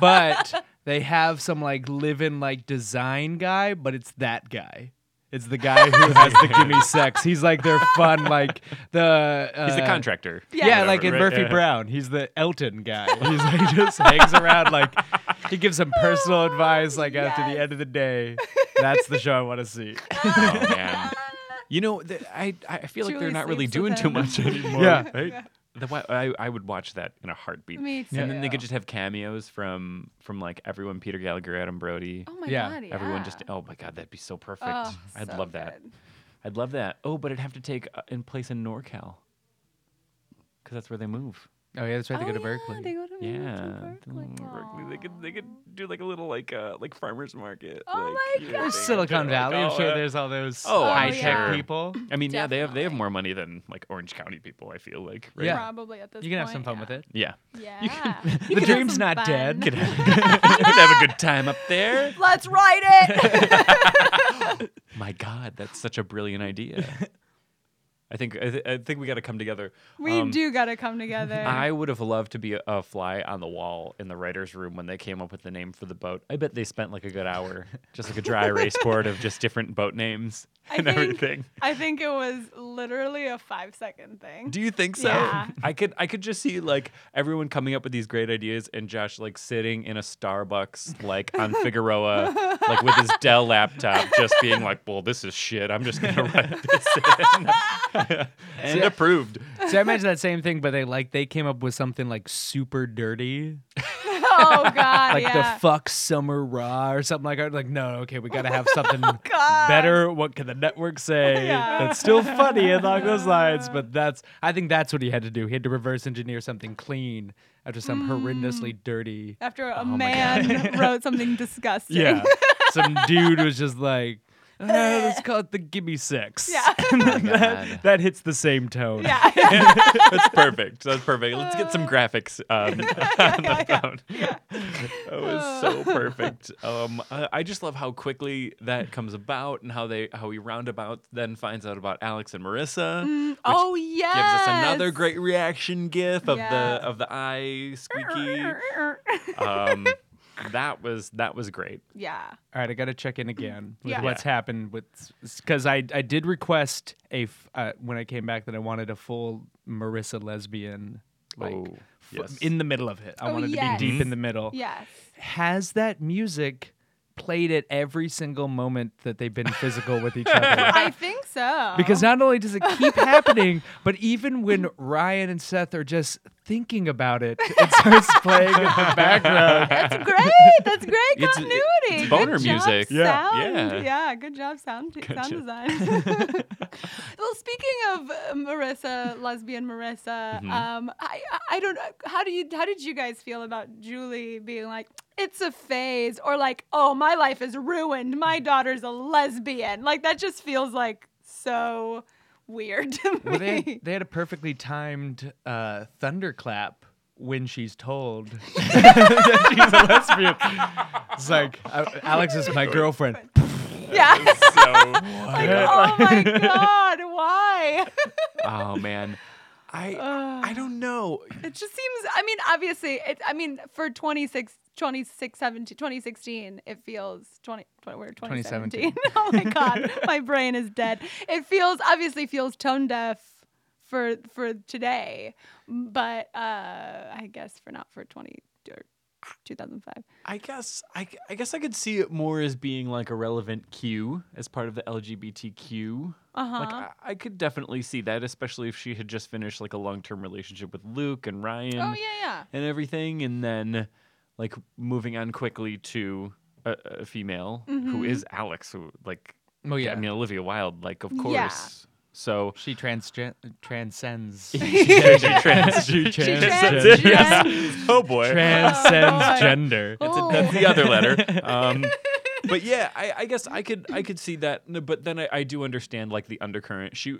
Speaker 6: but they have some like live-in like design guy, but it's that guy. It's the guy who has the <laughs> gimme sex. He's like their fun, like the uh,
Speaker 5: He's a contractor.
Speaker 6: Yeah,
Speaker 4: Yeah.
Speaker 6: like in
Speaker 5: Right,
Speaker 6: Murphy
Speaker 5: yeah.
Speaker 6: Brown, he's the
Speaker 4: <laughs>
Speaker 6: Elton guy. He's like just hangs around like he gives some personal advice like after the
Speaker 4: Oh, Yes.
Speaker 6: end of the day. That's the show I want
Speaker 4: <laughs>
Speaker 6: to see.
Speaker 5: Oh man. You know, th- I I feel like they're
Speaker 4: Julie
Speaker 5: not really
Speaker 4: sleeps with
Speaker 5: doing too
Speaker 4: him.
Speaker 5: much anymore.
Speaker 6: <laughs> Yeah.
Speaker 5: Right? The, wa- I, I would watch that in a heartbeat.
Speaker 4: Me
Speaker 5: And then they
Speaker 4: too.
Speaker 5: could just have cameos from from like everyone, Peter Gallagher, Adam Brody.
Speaker 4: Oh my
Speaker 6: Yeah,
Speaker 4: god. Yeah.
Speaker 5: Everyone just oh my god, that'd be so perfect.
Speaker 4: Oh,
Speaker 5: I'd
Speaker 4: so
Speaker 5: love that.
Speaker 4: good.
Speaker 5: I'd love that. Oh, but it'd have to take uh, in place in NorCal, because that's where they move.
Speaker 6: Oh yeah, that's right. They go to
Speaker 4: Oh,
Speaker 6: Berkeley.
Speaker 4: Yeah. They go to they go to
Speaker 5: yeah,
Speaker 4: Berkeley.
Speaker 5: Mm, Berkeley. They could
Speaker 4: Aw.
Speaker 5: they could do like a little like uh like farmers market.
Speaker 4: Oh
Speaker 5: like,
Speaker 4: my
Speaker 5: you know,
Speaker 4: God.
Speaker 6: There's
Speaker 5: thing.
Speaker 6: Silicon
Speaker 5: Like,
Speaker 6: Valley. I'm
Speaker 5: oh,
Speaker 6: sure
Speaker 5: uh,
Speaker 6: there's all those
Speaker 5: oh,
Speaker 4: I'm
Speaker 6: high tech
Speaker 4: sure.
Speaker 6: people.
Speaker 5: I mean, yeah, they have they have
Speaker 4: Definitely.
Speaker 5: more money than like Orange County people. I feel like. Right?
Speaker 6: Yeah.
Speaker 4: Probably at this
Speaker 6: You can have
Speaker 4: point,
Speaker 6: some fun
Speaker 4: yeah.
Speaker 6: with it.
Speaker 5: Yeah.
Speaker 4: Yeah.
Speaker 6: <laughs> The dream's not
Speaker 5: <laughs>
Speaker 6: dead. <laughs>
Speaker 5: Could have, <laughs> could have a good time up there.
Speaker 4: Let's write it.
Speaker 6: <laughs> Um,
Speaker 4: <laughs>
Speaker 5: My God, that's such a brilliant idea. I think I, th- I think we got to come together.
Speaker 4: We
Speaker 5: Um,
Speaker 4: do gotta come together.
Speaker 5: I would have loved to be a, a fly on the wall in the writers' room when they came up with the name for the boat. I bet they spent like a good hour, just like
Speaker 4: <laughs>
Speaker 5: a dry erase board of just different boat names
Speaker 4: I
Speaker 5: and
Speaker 4: think-
Speaker 5: everything.
Speaker 4: I think it was literally a five second thing.
Speaker 5: Do you think so?
Speaker 4: Yeah.
Speaker 5: <laughs> I could I could just see like everyone coming up with these great ideas and Josh like sitting in a Starbucks like on Figueroa like with his Dell laptop just being like, "Well, this is shit. I'm just going to write this in." <laughs> and approved.
Speaker 6: So I imagine that same thing, but they like they came up with something like super dirty,
Speaker 4: oh god,
Speaker 6: <laughs> like
Speaker 4: yeah.
Speaker 6: the fuck summer raw or something like that. Like no, okay, we
Speaker 4: <laughs>
Speaker 6: gotta have
Speaker 4: Oh
Speaker 6: something better. What can the network say
Speaker 4: Yeah.
Speaker 6: that's still funny
Speaker 4: <laughs>
Speaker 6: along those lines? But that's I think that's what he had to do. He had to reverse engineer something clean after some horrendously
Speaker 4: Mm.
Speaker 6: dirty.
Speaker 4: After a man <laughs> wrote something disgusting.
Speaker 6: Oh Yeah, some dude was just like. "Uh, let's call it the gimme sex. <laughs>
Speaker 4: Yeah.
Speaker 5: God.
Speaker 6: that, that hits the same
Speaker 4: <laughs>
Speaker 6: tone. <laughs>
Speaker 4: Yeah.
Speaker 5: That's perfect. That's perfect. Let's get some graphics um, <laughs> on the phone. That was so perfect. Um, I, I just love how quickly that comes about and how they how he roundabout then finds out about Alex and Marissa.
Speaker 4: oh yeah.
Speaker 5: gives us another great reaction gif of
Speaker 4: Yeah.
Speaker 5: the of the
Speaker 4: <laughs>
Speaker 5: eye squeaky. um, that was that was great.
Speaker 4: yeah.
Speaker 6: All right, I got to check in again with
Speaker 4: Yeah.
Speaker 6: what's happened with because I I did request a f- uh, when I came back that I wanted a full Marissa lesbian like
Speaker 5: Oh,
Speaker 6: fu-
Speaker 5: yes.
Speaker 6: in the middle of it. I
Speaker 4: Oh,
Speaker 6: wanted
Speaker 4: yes.
Speaker 6: to be deep in the middle. <laughs>
Speaker 4: Yes.
Speaker 6: Has that music played at every single moment that they've been physical
Speaker 4: <laughs>
Speaker 6: with each other?
Speaker 4: I think so.
Speaker 6: Because not only does it
Speaker 4: <laughs>
Speaker 6: keep happening, but even when Ryan and Seth are just thinking about it, it starts
Speaker 4: <laughs>
Speaker 6: playing in the background.
Speaker 4: that's great. That's great
Speaker 5: It's-
Speaker 4: continuity.
Speaker 5: it's
Speaker 4: Good
Speaker 5: boner
Speaker 4: job,
Speaker 5: music. Yeah.
Speaker 4: Sound.
Speaker 5: Yeah.
Speaker 4: Yeah. Good job, sound sound
Speaker 5: job.
Speaker 4: design. <laughs> well, speaking of uh, Marissa, lesbian Marissa,
Speaker 5: Mm-hmm.
Speaker 4: um, I I- I don't know how do you how did you guys feel about Julie being like it's a phase or like oh my life is ruined my daughter's a lesbian like that just feels like so weird to
Speaker 6: Well, they
Speaker 4: <laughs>
Speaker 6: had,
Speaker 4: me.
Speaker 6: they had a perfectly timed uh, thunderclap when she's told <laughs> that she's a lesbian. It's like I, Alex is my girlfriend.
Speaker 5: <laughs>
Speaker 4: yeah.
Speaker 5: So
Speaker 4: like, oh my god, why?
Speaker 5: oh man, I
Speaker 4: <sighs>
Speaker 5: I don't know.
Speaker 4: It just seems, I mean, obviously, it, I mean, for 26, 26, 17, 2016, it feels 20, 20 we're 2017. <laughs> oh my God, my brain is dead. It feels, obviously, feels tone deaf for for today, but uh I guess for not for 20 or 2005.
Speaker 5: I guess I, I guess I could see it more as being like a relevant Q as part of the LGBTQ.
Speaker 4: Uh-huh.
Speaker 5: Like I, I could definitely see that, especially if she had just finished like a long term relationship with Luke and Ryan
Speaker 2: Oh, yeah, yeah.
Speaker 5: and everything, and then like moving on quickly to a, a female
Speaker 4: Mm-hmm.
Speaker 5: who is Alex, who like
Speaker 6: Oh yeah,
Speaker 5: I mean Olivia Wilde, like of
Speaker 4: Yeah.
Speaker 5: course. So
Speaker 6: she transgen-
Speaker 5: <laughs>
Speaker 6: transcends <laughs>
Speaker 5: trans, <laughs>
Speaker 4: She
Speaker 6: Transcends.
Speaker 4: transgen-
Speaker 5: Oh boy.
Speaker 6: transcends
Speaker 4: boy.
Speaker 6: gender.
Speaker 5: That's,
Speaker 4: Oh.
Speaker 5: a, that's the
Speaker 4: <laughs>
Speaker 5: other letter. Um, but yeah, I, I guess I could I could see that, No, but then I, I do understand like the undercurrent. She,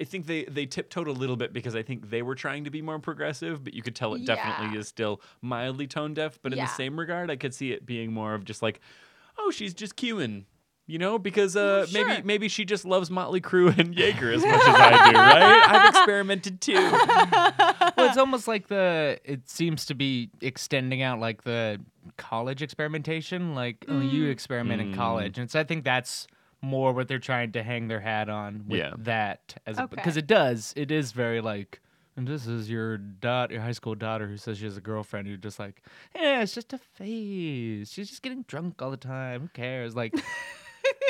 Speaker 5: I think they they tiptoed a little bit because I think they were trying to be more progressive, but you could tell it definitely
Speaker 4: Yeah.
Speaker 5: is still mildly tone deaf. But in
Speaker 4: Yeah.
Speaker 5: the same regard, I could see it being more of just like, oh, she's just queuing. You know, because uh, maybe maybe she just loves Motley Crue and Jaeger as much as
Speaker 4: <laughs>
Speaker 5: I do, right? I've experimented too.
Speaker 6: well, it's almost like the it seems to be extending out like the college experimentation, like oh, you experiment
Speaker 5: Mm.
Speaker 6: in college, and so I think that's more what they're trying to hang their hat on with
Speaker 5: Yeah.
Speaker 6: that as
Speaker 4: Okay.
Speaker 6: because it does it is very like and this is your daughter your high school daughter who says she has a girlfriend you're just like yeah it's just a phase she's just getting drunk all the time who cares
Speaker 5: <laughs>
Speaker 6: like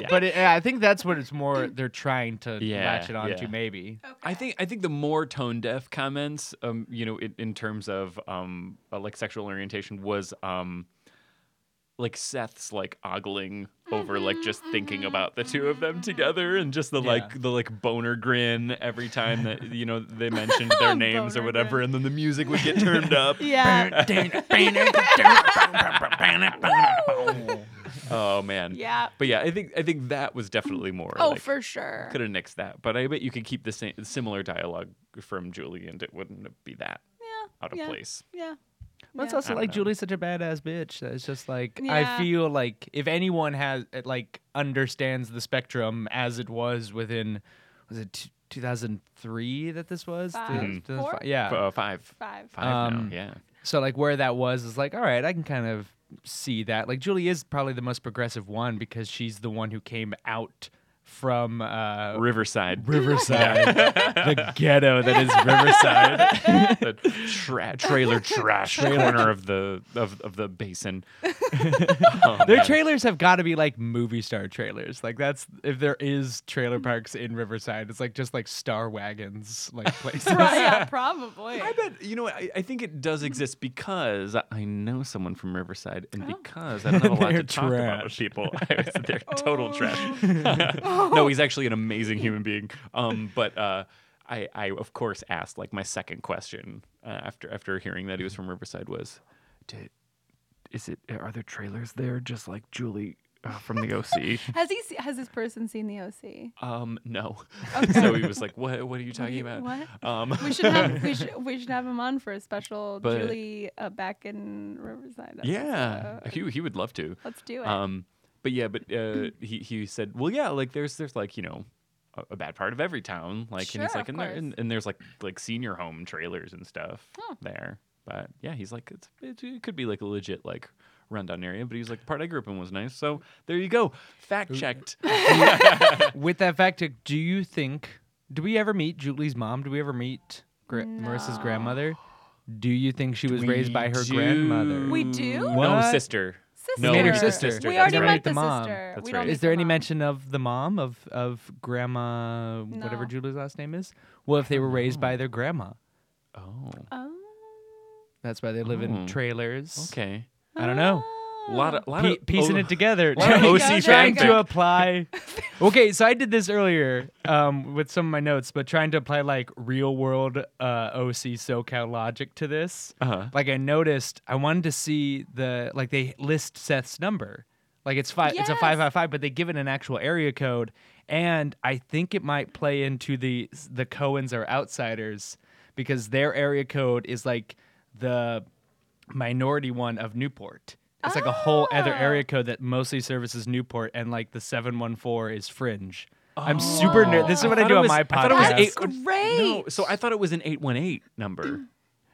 Speaker 6: but it, i think that's what it's more they're trying to
Speaker 5: Yeah,
Speaker 6: latch it on
Speaker 5: yeah.
Speaker 6: to maybe
Speaker 5: I think I think the more tone deaf comments, um, you know, in, in terms of um, uh, like sexual orientation was um, like Seth's like ogling over like just thinking about the two of them together and just the
Speaker 6: Yeah.
Speaker 5: like the like boner grin every time that you know
Speaker 4: <laughs>
Speaker 5: they mentioned their names or
Speaker 4: Boner
Speaker 5: whatever,
Speaker 4: grin.
Speaker 5: and then the music would get turned
Speaker 4: <laughs>
Speaker 5: up.
Speaker 4: Yeah.
Speaker 5: <laughs> Oh man.
Speaker 4: Yeah.
Speaker 5: But yeah, I think I think that was definitely more.
Speaker 4: Oh,
Speaker 5: like,
Speaker 4: for sure.
Speaker 5: Could have nixed that, but I bet you could keep the same similar dialogue from Julie, and it wouldn't be that
Speaker 4: Yeah.
Speaker 5: out of
Speaker 4: yeah,
Speaker 5: place.
Speaker 4: Yeah.
Speaker 6: Well, it's
Speaker 4: Yeah.
Speaker 5: I
Speaker 6: also
Speaker 5: don't
Speaker 6: like
Speaker 5: know.
Speaker 6: Julie's such a badass bitch that it's just like
Speaker 4: Yeah.
Speaker 6: I feel like if anyone has it, like understands the spectrum as it was within was it t- 2003 that this was.
Speaker 4: Five,
Speaker 6: Two- two thousand
Speaker 4: four?
Speaker 6: five- Yeah.
Speaker 5: Uh, five. <laughs>
Speaker 4: Five.
Speaker 5: Five
Speaker 6: Um,
Speaker 5: now. Yeah.
Speaker 6: So like where that was is like, all right, I can kind of see that. Like Julie is probably the most progressive one because she's the one who came out from uh,
Speaker 5: Riverside. <laughs>
Speaker 6: Riverside, the ghetto
Speaker 4: <laughs>
Speaker 6: that is
Speaker 5: Riverside. <laughs> the tra-
Speaker 4: <laughs>
Speaker 5: trailer trash corner of the of, of the basin. Oh,
Speaker 6: Their
Speaker 5: man.
Speaker 6: trailers have got to be like movie star trailers. Like that's if there is trailer parks in Riverside, it's like just like Star Wagons like places.
Speaker 4: Pro- yeah, probably.
Speaker 5: I bet you know. what, I, I think it does exist because I know someone from Riverside, and because I don't have a lot to
Speaker 6: They're
Speaker 5: talk about with
Speaker 6: trash.
Speaker 5: people. <laughs> I was, they're total trash. no, he's actually an amazing human being. Um, but uh, I, I of course asked like my second question uh, after after hearing that he was from Riverside was, Did, is it are there trailers there just like Julie uh, from the OC?
Speaker 4: Has he? se- Has this person seen the OC?
Speaker 5: um, no. <laughs> so he was like, what What are you talking about?
Speaker 4: what?
Speaker 5: Um,
Speaker 4: We should have. we should. We should have him on for a special
Speaker 5: But-
Speaker 4: Julie uh, back in Riverside. episode.
Speaker 5: <laughs>
Speaker 4: uh,
Speaker 5: yeah, he he would love to.
Speaker 4: Let's do it.
Speaker 5: Um, but yeah, but
Speaker 4: <clears throat>
Speaker 5: uh, he he said, well, yeah, like there's there's like you know a, a bad part of every town, like and he's
Speaker 4: Sure, of
Speaker 5: like and there
Speaker 4: course.
Speaker 5: and, and there's like like senior home trailers and stuff there. But yeah, he's like it's it, it could be like a legit like rundown area, but he's like the part I grew up in was nice. So there you go, fact
Speaker 6: <laughs>
Speaker 5: checked.
Speaker 6: With that fact, check, do you think? Do we ever meet Julie's mom? Do we ever meet gra- Marissa's grandmother? Do you think she was raised by her
Speaker 5: do.
Speaker 6: grandmother?
Speaker 4: we do.
Speaker 5: no
Speaker 6: What?
Speaker 5: sister.
Speaker 4: Sister.
Speaker 5: No,
Speaker 6: We made her
Speaker 5: that's
Speaker 6: sister.
Speaker 4: We
Speaker 5: that's
Speaker 4: already
Speaker 5: right.
Speaker 4: met the,
Speaker 6: the mom.
Speaker 4: sister.
Speaker 5: That's
Speaker 4: we don't
Speaker 5: right.
Speaker 4: meet
Speaker 6: Is there
Speaker 4: the
Speaker 6: any
Speaker 4: mom.
Speaker 6: mention of the mom of of grandma whatever
Speaker 4: No.
Speaker 6: Julie's last name is? Well, if they were raised by their grandma,
Speaker 5: Oh,
Speaker 4: Oh.
Speaker 6: that's why they live
Speaker 5: Oh.
Speaker 6: in trailers.
Speaker 5: okay.
Speaker 6: I don't know.
Speaker 5: A lot of lot
Speaker 6: Pie-
Speaker 5: of
Speaker 6: piecing
Speaker 5: oh, <laughs>
Speaker 6: it together.
Speaker 5: lot of
Speaker 6: trying-
Speaker 5: OC
Speaker 4: go, there
Speaker 6: trying
Speaker 4: you
Speaker 5: fanfic.
Speaker 6: to apply. <laughs> Okay, so I did this earlier um, with some of my notes, but trying to apply like real world uh, OC SoCal logic to this.
Speaker 5: Uh-huh.
Speaker 6: Like I noticed, I wanted to see the like they list Seth's number, like it's five, it's a
Speaker 4: Yes.
Speaker 6: five five five, but they give it an actual area code, and I think it might play into the the Cohens are outsiders because their area code is like the minority one of Newport. It's like a whole
Speaker 5: Ah.
Speaker 6: other area code that mostly services Newport, and like the 714 is Fringe. I'm super nerd. This is what I,
Speaker 5: thought
Speaker 6: do
Speaker 5: it
Speaker 6: on
Speaker 5: was-
Speaker 6: my
Speaker 5: Oh. I thought it was
Speaker 6: podcast.
Speaker 5: eight-
Speaker 4: Great. Mm.
Speaker 5: No, so I thought it was an eight one eight number.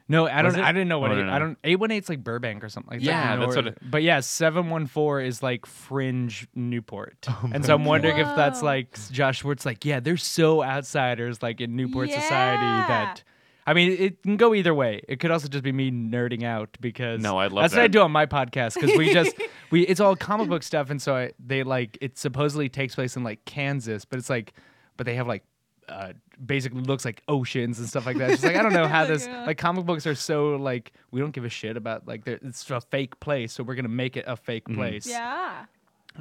Speaker 6: no, I
Speaker 5: Was
Speaker 6: don't.
Speaker 5: it?
Speaker 6: I didn't know what.
Speaker 5: Oh,
Speaker 6: eight,
Speaker 5: no, no.
Speaker 6: I don't. 818's like Burbank or something. Like
Speaker 5: Yeah,
Speaker 6: that.
Speaker 5: that's what it-
Speaker 6: but yeah, 714 is like Fringe
Speaker 5: <laughs>
Speaker 6: Newport,
Speaker 5: Oh
Speaker 6: and so I'm wondering if that's
Speaker 4: Whoa.
Speaker 6: like Josh Schwartz. Like, yeah, they're so outsiders, like in Newport society
Speaker 4: Yeah.
Speaker 6: that. I mean, it can go either way. It could also just be me nerding out because
Speaker 5: No, I love
Speaker 6: that's what I
Speaker 5: that.
Speaker 6: do <laughs> on my podcast because we just
Speaker 4: <laughs>
Speaker 6: we it's all comic book stuff, and so I, they like it supposedly takes place in like Kansas, but it's like, but they have like uh, basically looks like oceans and stuff like that. It's just like
Speaker 4: <laughs>
Speaker 6: I don't know
Speaker 4: Oh
Speaker 6: how this like comic books are so like we don't give a shit about like they're- it's a fake place, so we're gonna make it a fake
Speaker 5: Mm-hmm.
Speaker 6: place.
Speaker 4: Yeah.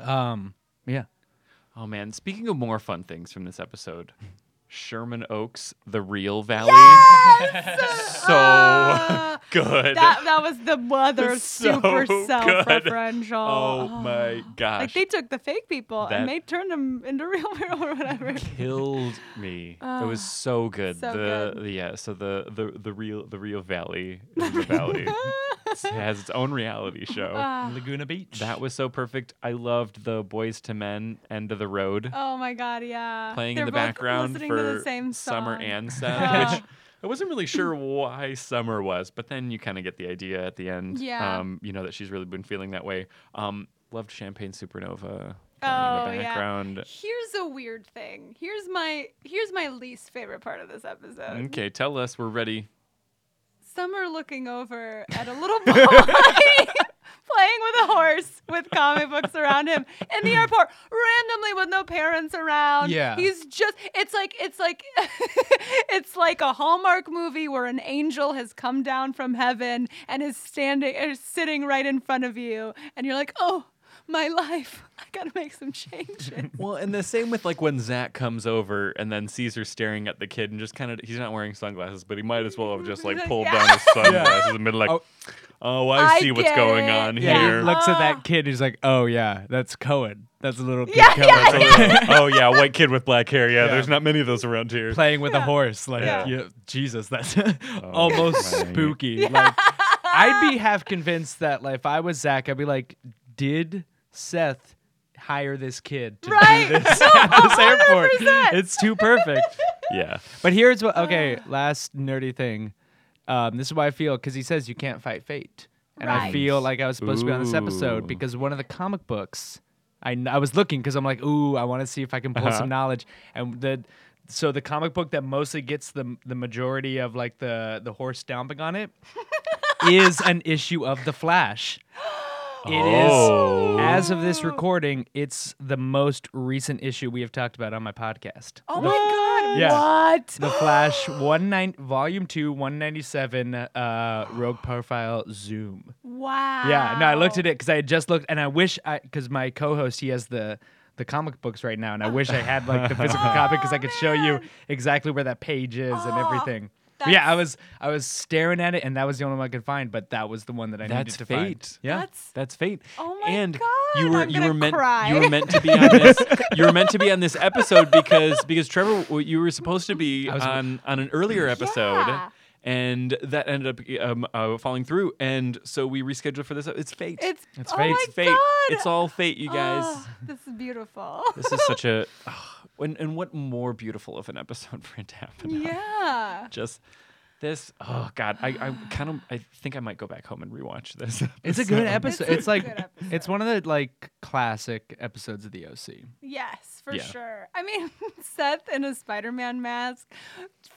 Speaker 6: Um. Yeah.
Speaker 5: Oh man, speaking of more fun things from this episode, Sherman Oaks, the real valley. So
Speaker 4: <laughs> Uh,
Speaker 5: good.
Speaker 4: that that was the mother
Speaker 5: So
Speaker 4: super
Speaker 5: <laughs> good.
Speaker 4: self-referential.
Speaker 5: oh my gosh.
Speaker 4: Like they <laughs> took the fake people
Speaker 5: That-
Speaker 4: and they turned them into real <laughs> people or whatever.
Speaker 5: killed me. it was so good.
Speaker 4: Ah, so
Speaker 5: the
Speaker 4: good.
Speaker 5: the- yeah, so the the the real the real valley is the valley It has its own
Speaker 4: <laughs>
Speaker 5: reality show.
Speaker 4: Ah.
Speaker 6: Laguna Beach.
Speaker 5: that was so perfect. I loved the boys to men end of the road.
Speaker 4: Oh my god, <laughs> yeah.
Speaker 5: playing
Speaker 4: They're
Speaker 5: in the
Speaker 4: both
Speaker 5: background
Speaker 4: listening
Speaker 5: for
Speaker 4: to the same
Speaker 5: summer
Speaker 4: song. <laughs>
Speaker 5: and Seth, which I wasn't really sure why summer was, but then you kind of get the idea at the end.
Speaker 4: Yeah.
Speaker 5: Um, you know that she's really been feeling that way. Um, loved Champagne
Speaker 4: Oh
Speaker 5: Supernova playing in the background.
Speaker 4: yeah. Here's a weird thing. Here's my here's my least favorite part of this episode.
Speaker 5: Okay, tell us we're ready.
Speaker 4: Summer looking over at a little <laughs> boy playing with a horse with comic books around him in the airport randomly with no parents around.
Speaker 6: Yeah.
Speaker 4: He's just it's like it's like <laughs> it's like a Hallmark movie where an angel has come down from heaven and is standing or sitting right in front of you and you're like, "Oh, my life. I got to make some changes."
Speaker 5: <laughs> Well, and the same with like when Zach comes over and then sees her staring at the kid and just kind of he's not wearing sunglasses, but he might as well
Speaker 4: <laughs>
Speaker 5: have just like
Speaker 4: Yeah.
Speaker 5: pulled down his sunglasses and been like,
Speaker 6: Oh.
Speaker 5: "Oh, I,
Speaker 4: I
Speaker 5: see what's
Speaker 4: get
Speaker 5: going
Speaker 4: it.
Speaker 5: on
Speaker 6: Yeah.
Speaker 5: here."
Speaker 6: He looks at that kid. He's like, oh yeah, that's Cohen. That's a little kid
Speaker 4: Ah. Yeah,
Speaker 6: Cohen
Speaker 4: yeah,
Speaker 5: oh yeah, white kid with black hair. Yeah, there's not many of those around here.
Speaker 6: playing with a horse. Like
Speaker 4: Yeah.
Speaker 6: yeah, Jesus, that's <laughs> almost
Speaker 5: my.
Speaker 6: spooky.
Speaker 4: <laughs>
Speaker 6: Like I'd be half convinced that like, if I was Zach, I'd be like, did Seth hire this kid
Speaker 4: <laughs>
Speaker 6: to <laughs>
Speaker 4: Right.
Speaker 6: do this at this airport? It's too perfect.
Speaker 5: yeah.
Speaker 6: But here's what.
Speaker 4: Ah.
Speaker 6: Okay, last nerdy thing. Um, this is why I feel because he says you can't fight fate, and I
Speaker 4: Right.
Speaker 6: feel like I was supposed to be on this
Speaker 5: Ooh.
Speaker 6: episode because one of the comic books. I, kn- I was looking because I'm like, ooh, I want to see if I can
Speaker 5: Uh-huh.
Speaker 6: pull some knowledge. And the so the comic book that mostly gets the the majority of like the the horse stomping
Speaker 4: <laughs>
Speaker 6: on it is an issue of
Speaker 4: <gasps>
Speaker 6: the Flash. It is
Speaker 5: Oh.
Speaker 6: as of this recording, it's the most recent issue we have talked about on my podcast.
Speaker 4: Oh my god!
Speaker 6: Yeah.
Speaker 4: What?
Speaker 6: The Flash one nine volume two one ninety seven uh rogue profile zoom.
Speaker 4: Wow.
Speaker 6: Yeah, no, I looked at it because I had just looked, and I wish I because my co-host he has the the comic books right now, and I wish I had like the
Speaker 4: <laughs>
Speaker 6: physical copy
Speaker 4: Oh,
Speaker 6: because I could show you exactly where that page is and everything. But yeah, I was I was staring at it, and that was the only one I could find. But that was the one that I
Speaker 5: That's
Speaker 6: needed to
Speaker 5: fate.
Speaker 6: find. Yeah,
Speaker 4: That's-
Speaker 5: That's fate.
Speaker 4: Oh my
Speaker 5: and
Speaker 4: God,
Speaker 5: you were
Speaker 4: I'm
Speaker 5: you
Speaker 4: gonna
Speaker 5: were meant
Speaker 4: cry.
Speaker 5: you were meant to be on this you were meant to be on this episode because because Trevor w- you were supposed to be
Speaker 6: was-
Speaker 5: on on an earlier episode.
Speaker 4: Yeah.
Speaker 5: And that ended up um, uh, falling through, and so we rescheduled for this. It's fate.
Speaker 4: It's,
Speaker 6: It's
Speaker 4: oh
Speaker 6: fate.
Speaker 4: My
Speaker 5: it's fate.
Speaker 4: God.
Speaker 5: It's all fate, you guys.
Speaker 4: Oh, this is beautiful.
Speaker 5: This is such a, <sighs> and, and what more beautiful of an episode for it to happen? on.
Speaker 4: yeah.
Speaker 5: Just this. Oh God, I, I kind of I think I might go back home and rewatch this.
Speaker 6: it's a good episode.
Speaker 4: It's a
Speaker 6: It's, like
Speaker 4: good episode.
Speaker 6: it's one of the like classic episodes of the OC.
Speaker 4: Yes, for
Speaker 5: Yeah.
Speaker 4: sure. I mean, <laughs> Seth in a Spider-Man mask,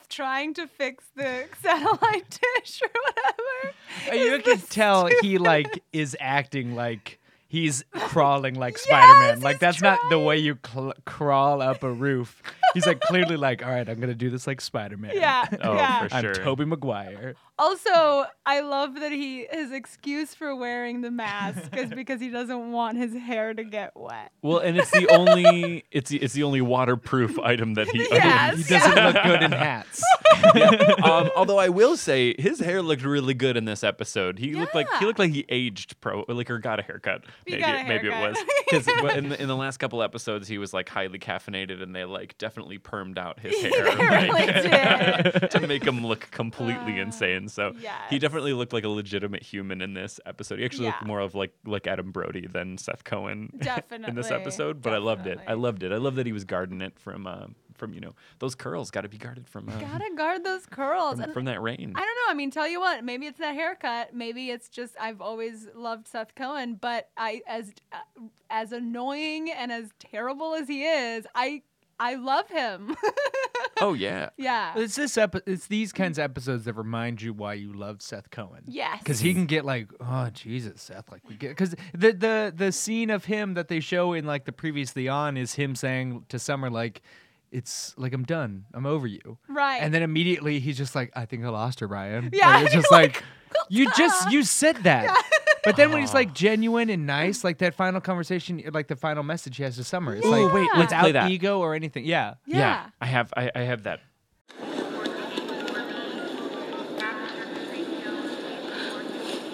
Speaker 4: trying to fix the <laughs> satellite dish or whatever.
Speaker 6: Uh, <laughs> You
Speaker 4: is
Speaker 6: can
Speaker 4: the
Speaker 6: tell he like is acting like
Speaker 4: <laughs>
Speaker 6: he's crawling like Spider-Man. Like
Speaker 4: he's
Speaker 6: that's not the way you cl- crawl up a roof. He's like clearly like, all right, I'm gonna do this like Spider-Man.
Speaker 4: <laughs> Yeah.
Speaker 5: Oh,
Speaker 4: yeah.
Speaker 5: for
Speaker 6: I'm
Speaker 5: sure.
Speaker 6: Toby Maguire.
Speaker 4: Also, I love that he his excuse for wearing the mask
Speaker 5: <laughs>
Speaker 4: is because he doesn't want his hair to get wet.
Speaker 5: Well, and it's the only it's the, it's the only waterproof item that he
Speaker 4: Yes.
Speaker 6: He doesn't look good
Speaker 4: <laughs>
Speaker 6: in hats.
Speaker 5: owns. Um, although I will say his hair looked really good in this episode. He looked like he
Speaker 4: Yeah.
Speaker 5: looked like he aged pro like or got a haircut.
Speaker 4: He
Speaker 5: maybe
Speaker 4: got a
Speaker 5: maybe it was
Speaker 4: haircut.
Speaker 5: because
Speaker 4: <laughs>
Speaker 5: in the, in the last couple episodes he was like highly caffeinated and they like definitely permed out
Speaker 4: <laughs>
Speaker 5: his hair
Speaker 4: really
Speaker 5: like, <laughs> to make him look completely
Speaker 4: Uh,
Speaker 5: insane. So he
Speaker 4: yes.
Speaker 5: definitely looked like a legitimate human in this episode. He actually looked
Speaker 4: Yeah.
Speaker 5: more of like like Adam Brody than Seth Cohen in this
Speaker 4: Definitely,
Speaker 5: episode, but I loved it. I
Speaker 4: definitely.
Speaker 5: loved it. I love that he was guarding it from uh, from you know those curls. Got to be guarded from uh,
Speaker 4: Gotta guard those curls.
Speaker 5: from,
Speaker 4: And
Speaker 5: from that rain.
Speaker 4: I don't know. I mean, tell you what, maybe it's that haircut. Maybe it's just I've always loved Seth Cohen, but I as uh, as annoying and as terrible as he is, I I love him. <laughs>
Speaker 5: Oh yeah,
Speaker 4: yeah.
Speaker 6: It's this epi- It's these kinds of episodes that remind you why you love Seth Cohen.
Speaker 4: Yes.
Speaker 6: Because he can get like, oh Jesus, Seth, like we get because the the the scene of him that they show in like the previously on is him saying to Summer like, it's like I'm done, I'm over you,
Speaker 4: Right.
Speaker 6: And then immediately he's just like, I think I lost her, Ryan. Like,
Speaker 4: Yeah,
Speaker 6: it's
Speaker 4: you're
Speaker 6: just like, you just you said that. <laughs> But then when he's like genuine and nice, like that final conversation, like the final message he has to Summer, it's
Speaker 5: Ooh,
Speaker 6: like
Speaker 5: Oh, wait, let's play
Speaker 6: without
Speaker 5: that.
Speaker 6: ego or anything. Yeah,
Speaker 4: yeah.
Speaker 5: I have I, I have that.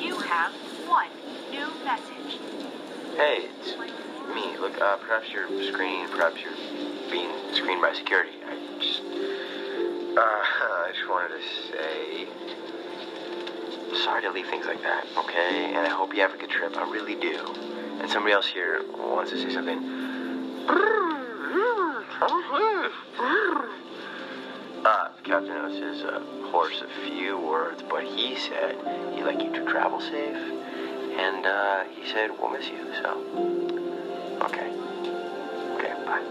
Speaker 9: You have one new message.
Speaker 10: Hey, it's me. Look, uh, perhaps your screen, perhaps you're being screened by security. I just, uh, <laughs> I just wanted to say, sorry to leave things like that, okay? And I hope you have a good trip. I really do. And somebody else here wants to say something. Uh, Captain Otis's uh, horse a few words, but he said he'd like you to travel safe, and uh, he said we'll miss you. So, okay, okay, bye.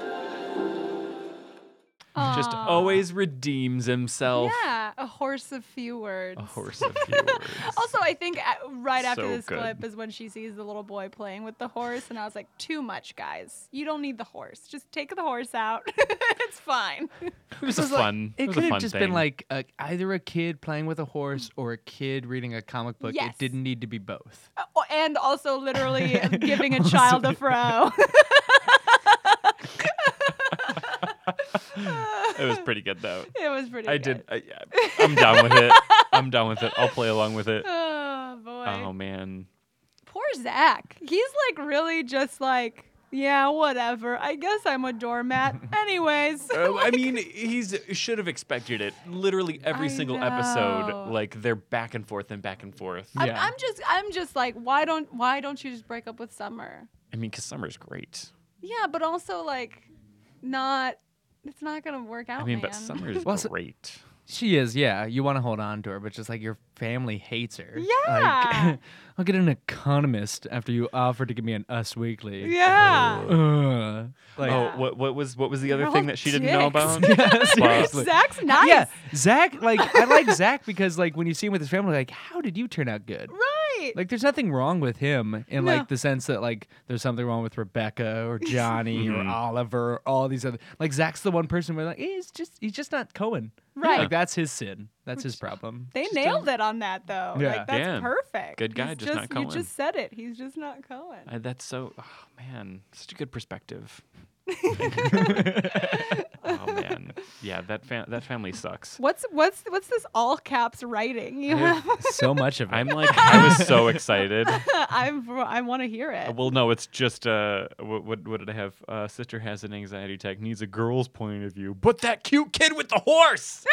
Speaker 5: Just
Speaker 4: Aw.
Speaker 5: always redeems himself.
Speaker 4: Yeah, a horse of few words.
Speaker 5: A horse of few words.
Speaker 4: Also, I think uh, right after
Speaker 5: So
Speaker 4: this
Speaker 5: good.
Speaker 4: clip is when she sees the little boy playing with the horse, and I was like, too much, guys. You don't need the horse. Just take the horse out. <laughs> it's fine.
Speaker 5: it was a
Speaker 6: This was like-
Speaker 5: fun.
Speaker 6: it
Speaker 5: was a
Speaker 6: could have
Speaker 5: fun
Speaker 6: just
Speaker 5: thing.
Speaker 6: been like a, either a kid playing with a horse or a kid reading a comic book.
Speaker 4: Yes.
Speaker 6: It didn't need to be both.
Speaker 4: Oh, and also
Speaker 5: <laughs>
Speaker 4: literally giving a child a fro. <laughs>
Speaker 5: it was pretty good though.
Speaker 4: it was pretty
Speaker 5: I did.
Speaker 4: good.
Speaker 5: I, I'm down with it. I'm down with it. I'll play along with it.
Speaker 4: Oh, boy.
Speaker 5: Oh man.
Speaker 4: Poor Zach. He's like really just like, yeah, whatever. I guess I'm a
Speaker 5: <laughs>
Speaker 4: doormat. Anyways.
Speaker 5: Uh, I mean, he's should have expected it. Literally every
Speaker 4: I
Speaker 5: single
Speaker 4: know.
Speaker 5: episode, like they're back and forth and back and forth.
Speaker 4: <laughs>
Speaker 5: I,
Speaker 4: I'm, I'm just I'm just like why don't why don't you just break up with Summer?
Speaker 5: mean, because summer's great.
Speaker 4: Yeah, but also like not it's not gonna work out.
Speaker 5: I mean,
Speaker 4: Oh, man. <laughs>
Speaker 5: but Summer's
Speaker 6: Well, so-
Speaker 5: great.
Speaker 6: She is, yeah. You want to hold on to her, but just like your family hates her.
Speaker 4: Yeah.
Speaker 6: Like, <laughs> I'll get an economist after you offered to give me an Us Weekly.
Speaker 4: yeah.
Speaker 6: Ugh. Like,
Speaker 5: Oh, what what was what was the other
Speaker 4: They're
Speaker 5: thing
Speaker 4: all
Speaker 5: that she didn't know
Speaker 4: dicks.
Speaker 5: about? Wow.
Speaker 6: <laughs> seriously.
Speaker 4: Zach's nice.
Speaker 6: Yeah, Zach. Like, I like Zach because, like, when you see him with his family, like, how did you turn out good?
Speaker 4: Right.
Speaker 6: Like, there's nothing wrong with him in
Speaker 4: No.
Speaker 6: like the sense that like there's something wrong with Rebecca
Speaker 4: <laughs>
Speaker 6: or Johnny or
Speaker 5: Mhm.
Speaker 6: Oliver or all these other. Like, Zach's the one person where like "Eh, he's just he's just not Cohen.
Speaker 4: Right.
Speaker 6: Like, that's his sin. That's his problem.
Speaker 4: <laughs> they nailed it on that though.
Speaker 6: Yeah.
Speaker 4: Like that's
Speaker 5: Yeah.
Speaker 4: perfect.
Speaker 5: Good guy,
Speaker 4: He's
Speaker 5: just not Cohen.
Speaker 4: You just said it. He's just not Cohen.
Speaker 5: I, that's so. Oh man, such a good perspective. oh man, yeah. That fam- that family sucks.
Speaker 4: What's what's what's this all caps writing you
Speaker 5: Yeah.
Speaker 4: have?
Speaker 6: so much of it.
Speaker 5: I'm like, I was so excited.
Speaker 4: I'm I want to hear it.
Speaker 5: Well, no, it's just uh, what, what what did I have? Uh, sister has an anxiety attack, needs a girl's point of view. But that cute kid with the horse.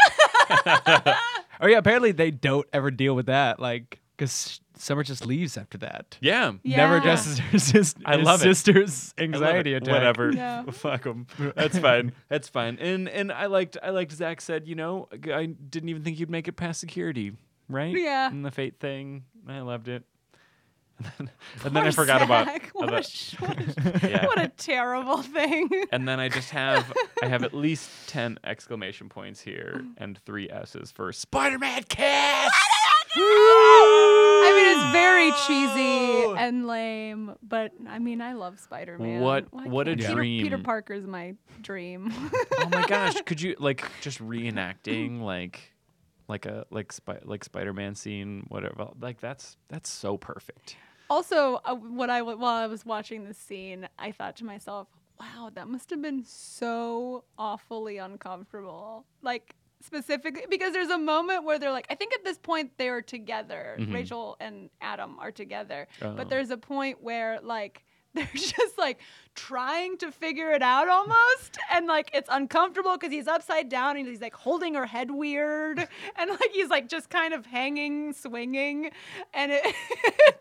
Speaker 6: Oh yeah, apparently they don't ever deal with that. Like, because Summer just leaves after that.
Speaker 5: yeah.
Speaker 6: Never
Speaker 4: Yeah.
Speaker 6: addresses her, sis-
Speaker 5: I
Speaker 6: <laughs> his
Speaker 5: love it.
Speaker 6: sister's
Speaker 5: I love
Speaker 6: anxiety
Speaker 5: it.
Speaker 6: attack.
Speaker 5: Whatever.
Speaker 4: No.
Speaker 5: <laughs> Fuck them. That's fine. That's fine. And and I liked I liked Zach said, you know, I didn't even think you'd make it past security, right?
Speaker 4: Yeah.
Speaker 5: And the fate thing, I loved it. <laughs> And then, and then I forgot
Speaker 4: Zach.
Speaker 5: about.
Speaker 4: What, <laughs>
Speaker 5: about-
Speaker 4: a, sh- what, a, sh-
Speaker 5: <laughs> Yeah.
Speaker 4: what a terrible <laughs>
Speaker 5: <laughs>
Speaker 4: thing.
Speaker 5: and then I just have I have
Speaker 4: <laughs>
Speaker 5: at least ten exclamation points here and three S's for Spider-Man kiss.
Speaker 4: I mean, it's very cheesy and lame, but I mean, I love Spider Man.
Speaker 5: What- what a
Speaker 4: Peter, Peter
Speaker 5: dream.
Speaker 4: Parker's my dream. <laughs>
Speaker 5: oh my gosh could you like just reenacting like like a like spy, like spider-man scene whatever like that's that's so perfect
Speaker 4: also, uh, what I w- while I was watching this scene, I thought to myself, "Wow, that must have been so awfully uncomfortable." Like specifically because there's a moment where they're like, I think at this point they are together.
Speaker 5: Mhm.
Speaker 4: Rachel and Adam are together,
Speaker 5: Oh.
Speaker 4: but there's a point where like. <laughs> They're just like trying to figure it out almost. And like it's uncomfortable because he's upside down and he's like holding her head weird. <laughs> And like he's like just kind of hanging, swinging. And it,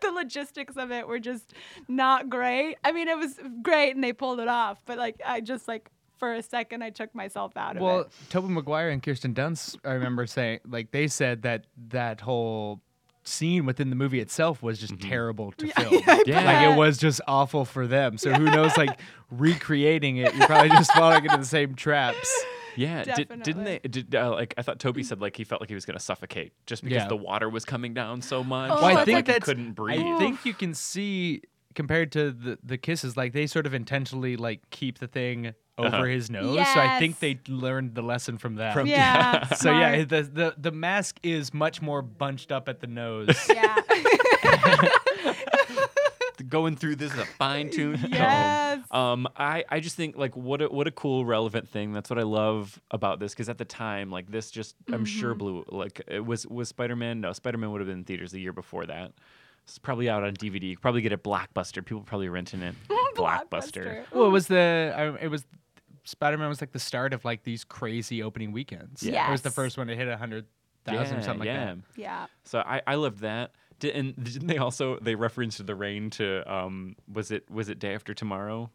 Speaker 4: <laughs> the logistics of it were just not great. I mean, it was great and they pulled it off. But like I just like for a second I took myself out of
Speaker 6: Well,
Speaker 4: it.
Speaker 6: Toby Maguire and Kirsten Dunst, I remember saying, like, they said that that whole scene within the movie itself was just terrible to film.
Speaker 5: Yeah.
Speaker 6: Like, it was just awful for them. So who knows, like, recreating it, you're probably just falling into the same traps.
Speaker 5: yeah did, didn't they
Speaker 4: Definitely.
Speaker 5: did uh, like i thought toby said like he felt like he was gonna suffocate just because
Speaker 6: Yeah.
Speaker 5: the water was coming down so much
Speaker 4: Oh,
Speaker 6: Well,
Speaker 4: So
Speaker 6: I
Speaker 4: it's
Speaker 6: think
Speaker 5: like he
Speaker 6: that's,
Speaker 5: couldn't breathe
Speaker 6: I think you can see compared to the the kisses, like they sort of intentionally like keep the thing over
Speaker 5: Uh-huh.
Speaker 6: his nose. So I think
Speaker 4: Yes.
Speaker 6: they learned the lesson from that.
Speaker 5: From-
Speaker 4: Yeah.
Speaker 6: <laughs> so <laughs> yeah,
Speaker 4: smart.
Speaker 6: the, the the mask is much more bunched up at the <laughs> nose.
Speaker 4: Yeah.
Speaker 5: going through this is a fine <laughs> tune.
Speaker 4: <laughs> Yes.
Speaker 5: Um, I, I just think like what a, what a cool relevant thing. That's what I love about this because at the time like this just I'm sure blew like it was was Spider Man. No, Spider Man would have been in theaters the year before that. It's probably out on DVD. You could probably get it Blockbuster. People probably renting it. Blockbuster.
Speaker 6: Well, it was the I, it was Spider Man was like the start of like these crazy opening weekends.
Speaker 4: Yeah.
Speaker 6: it was the
Speaker 4: Yes.
Speaker 6: first one to hit a hundred thousand
Speaker 5: Yeah,
Speaker 6: or something
Speaker 5: yeah.
Speaker 6: like that.
Speaker 4: Yeah.
Speaker 5: So I I loved that. Did, and <laughs> didn't they also they referenced the rain to um was it was it day after tomorrow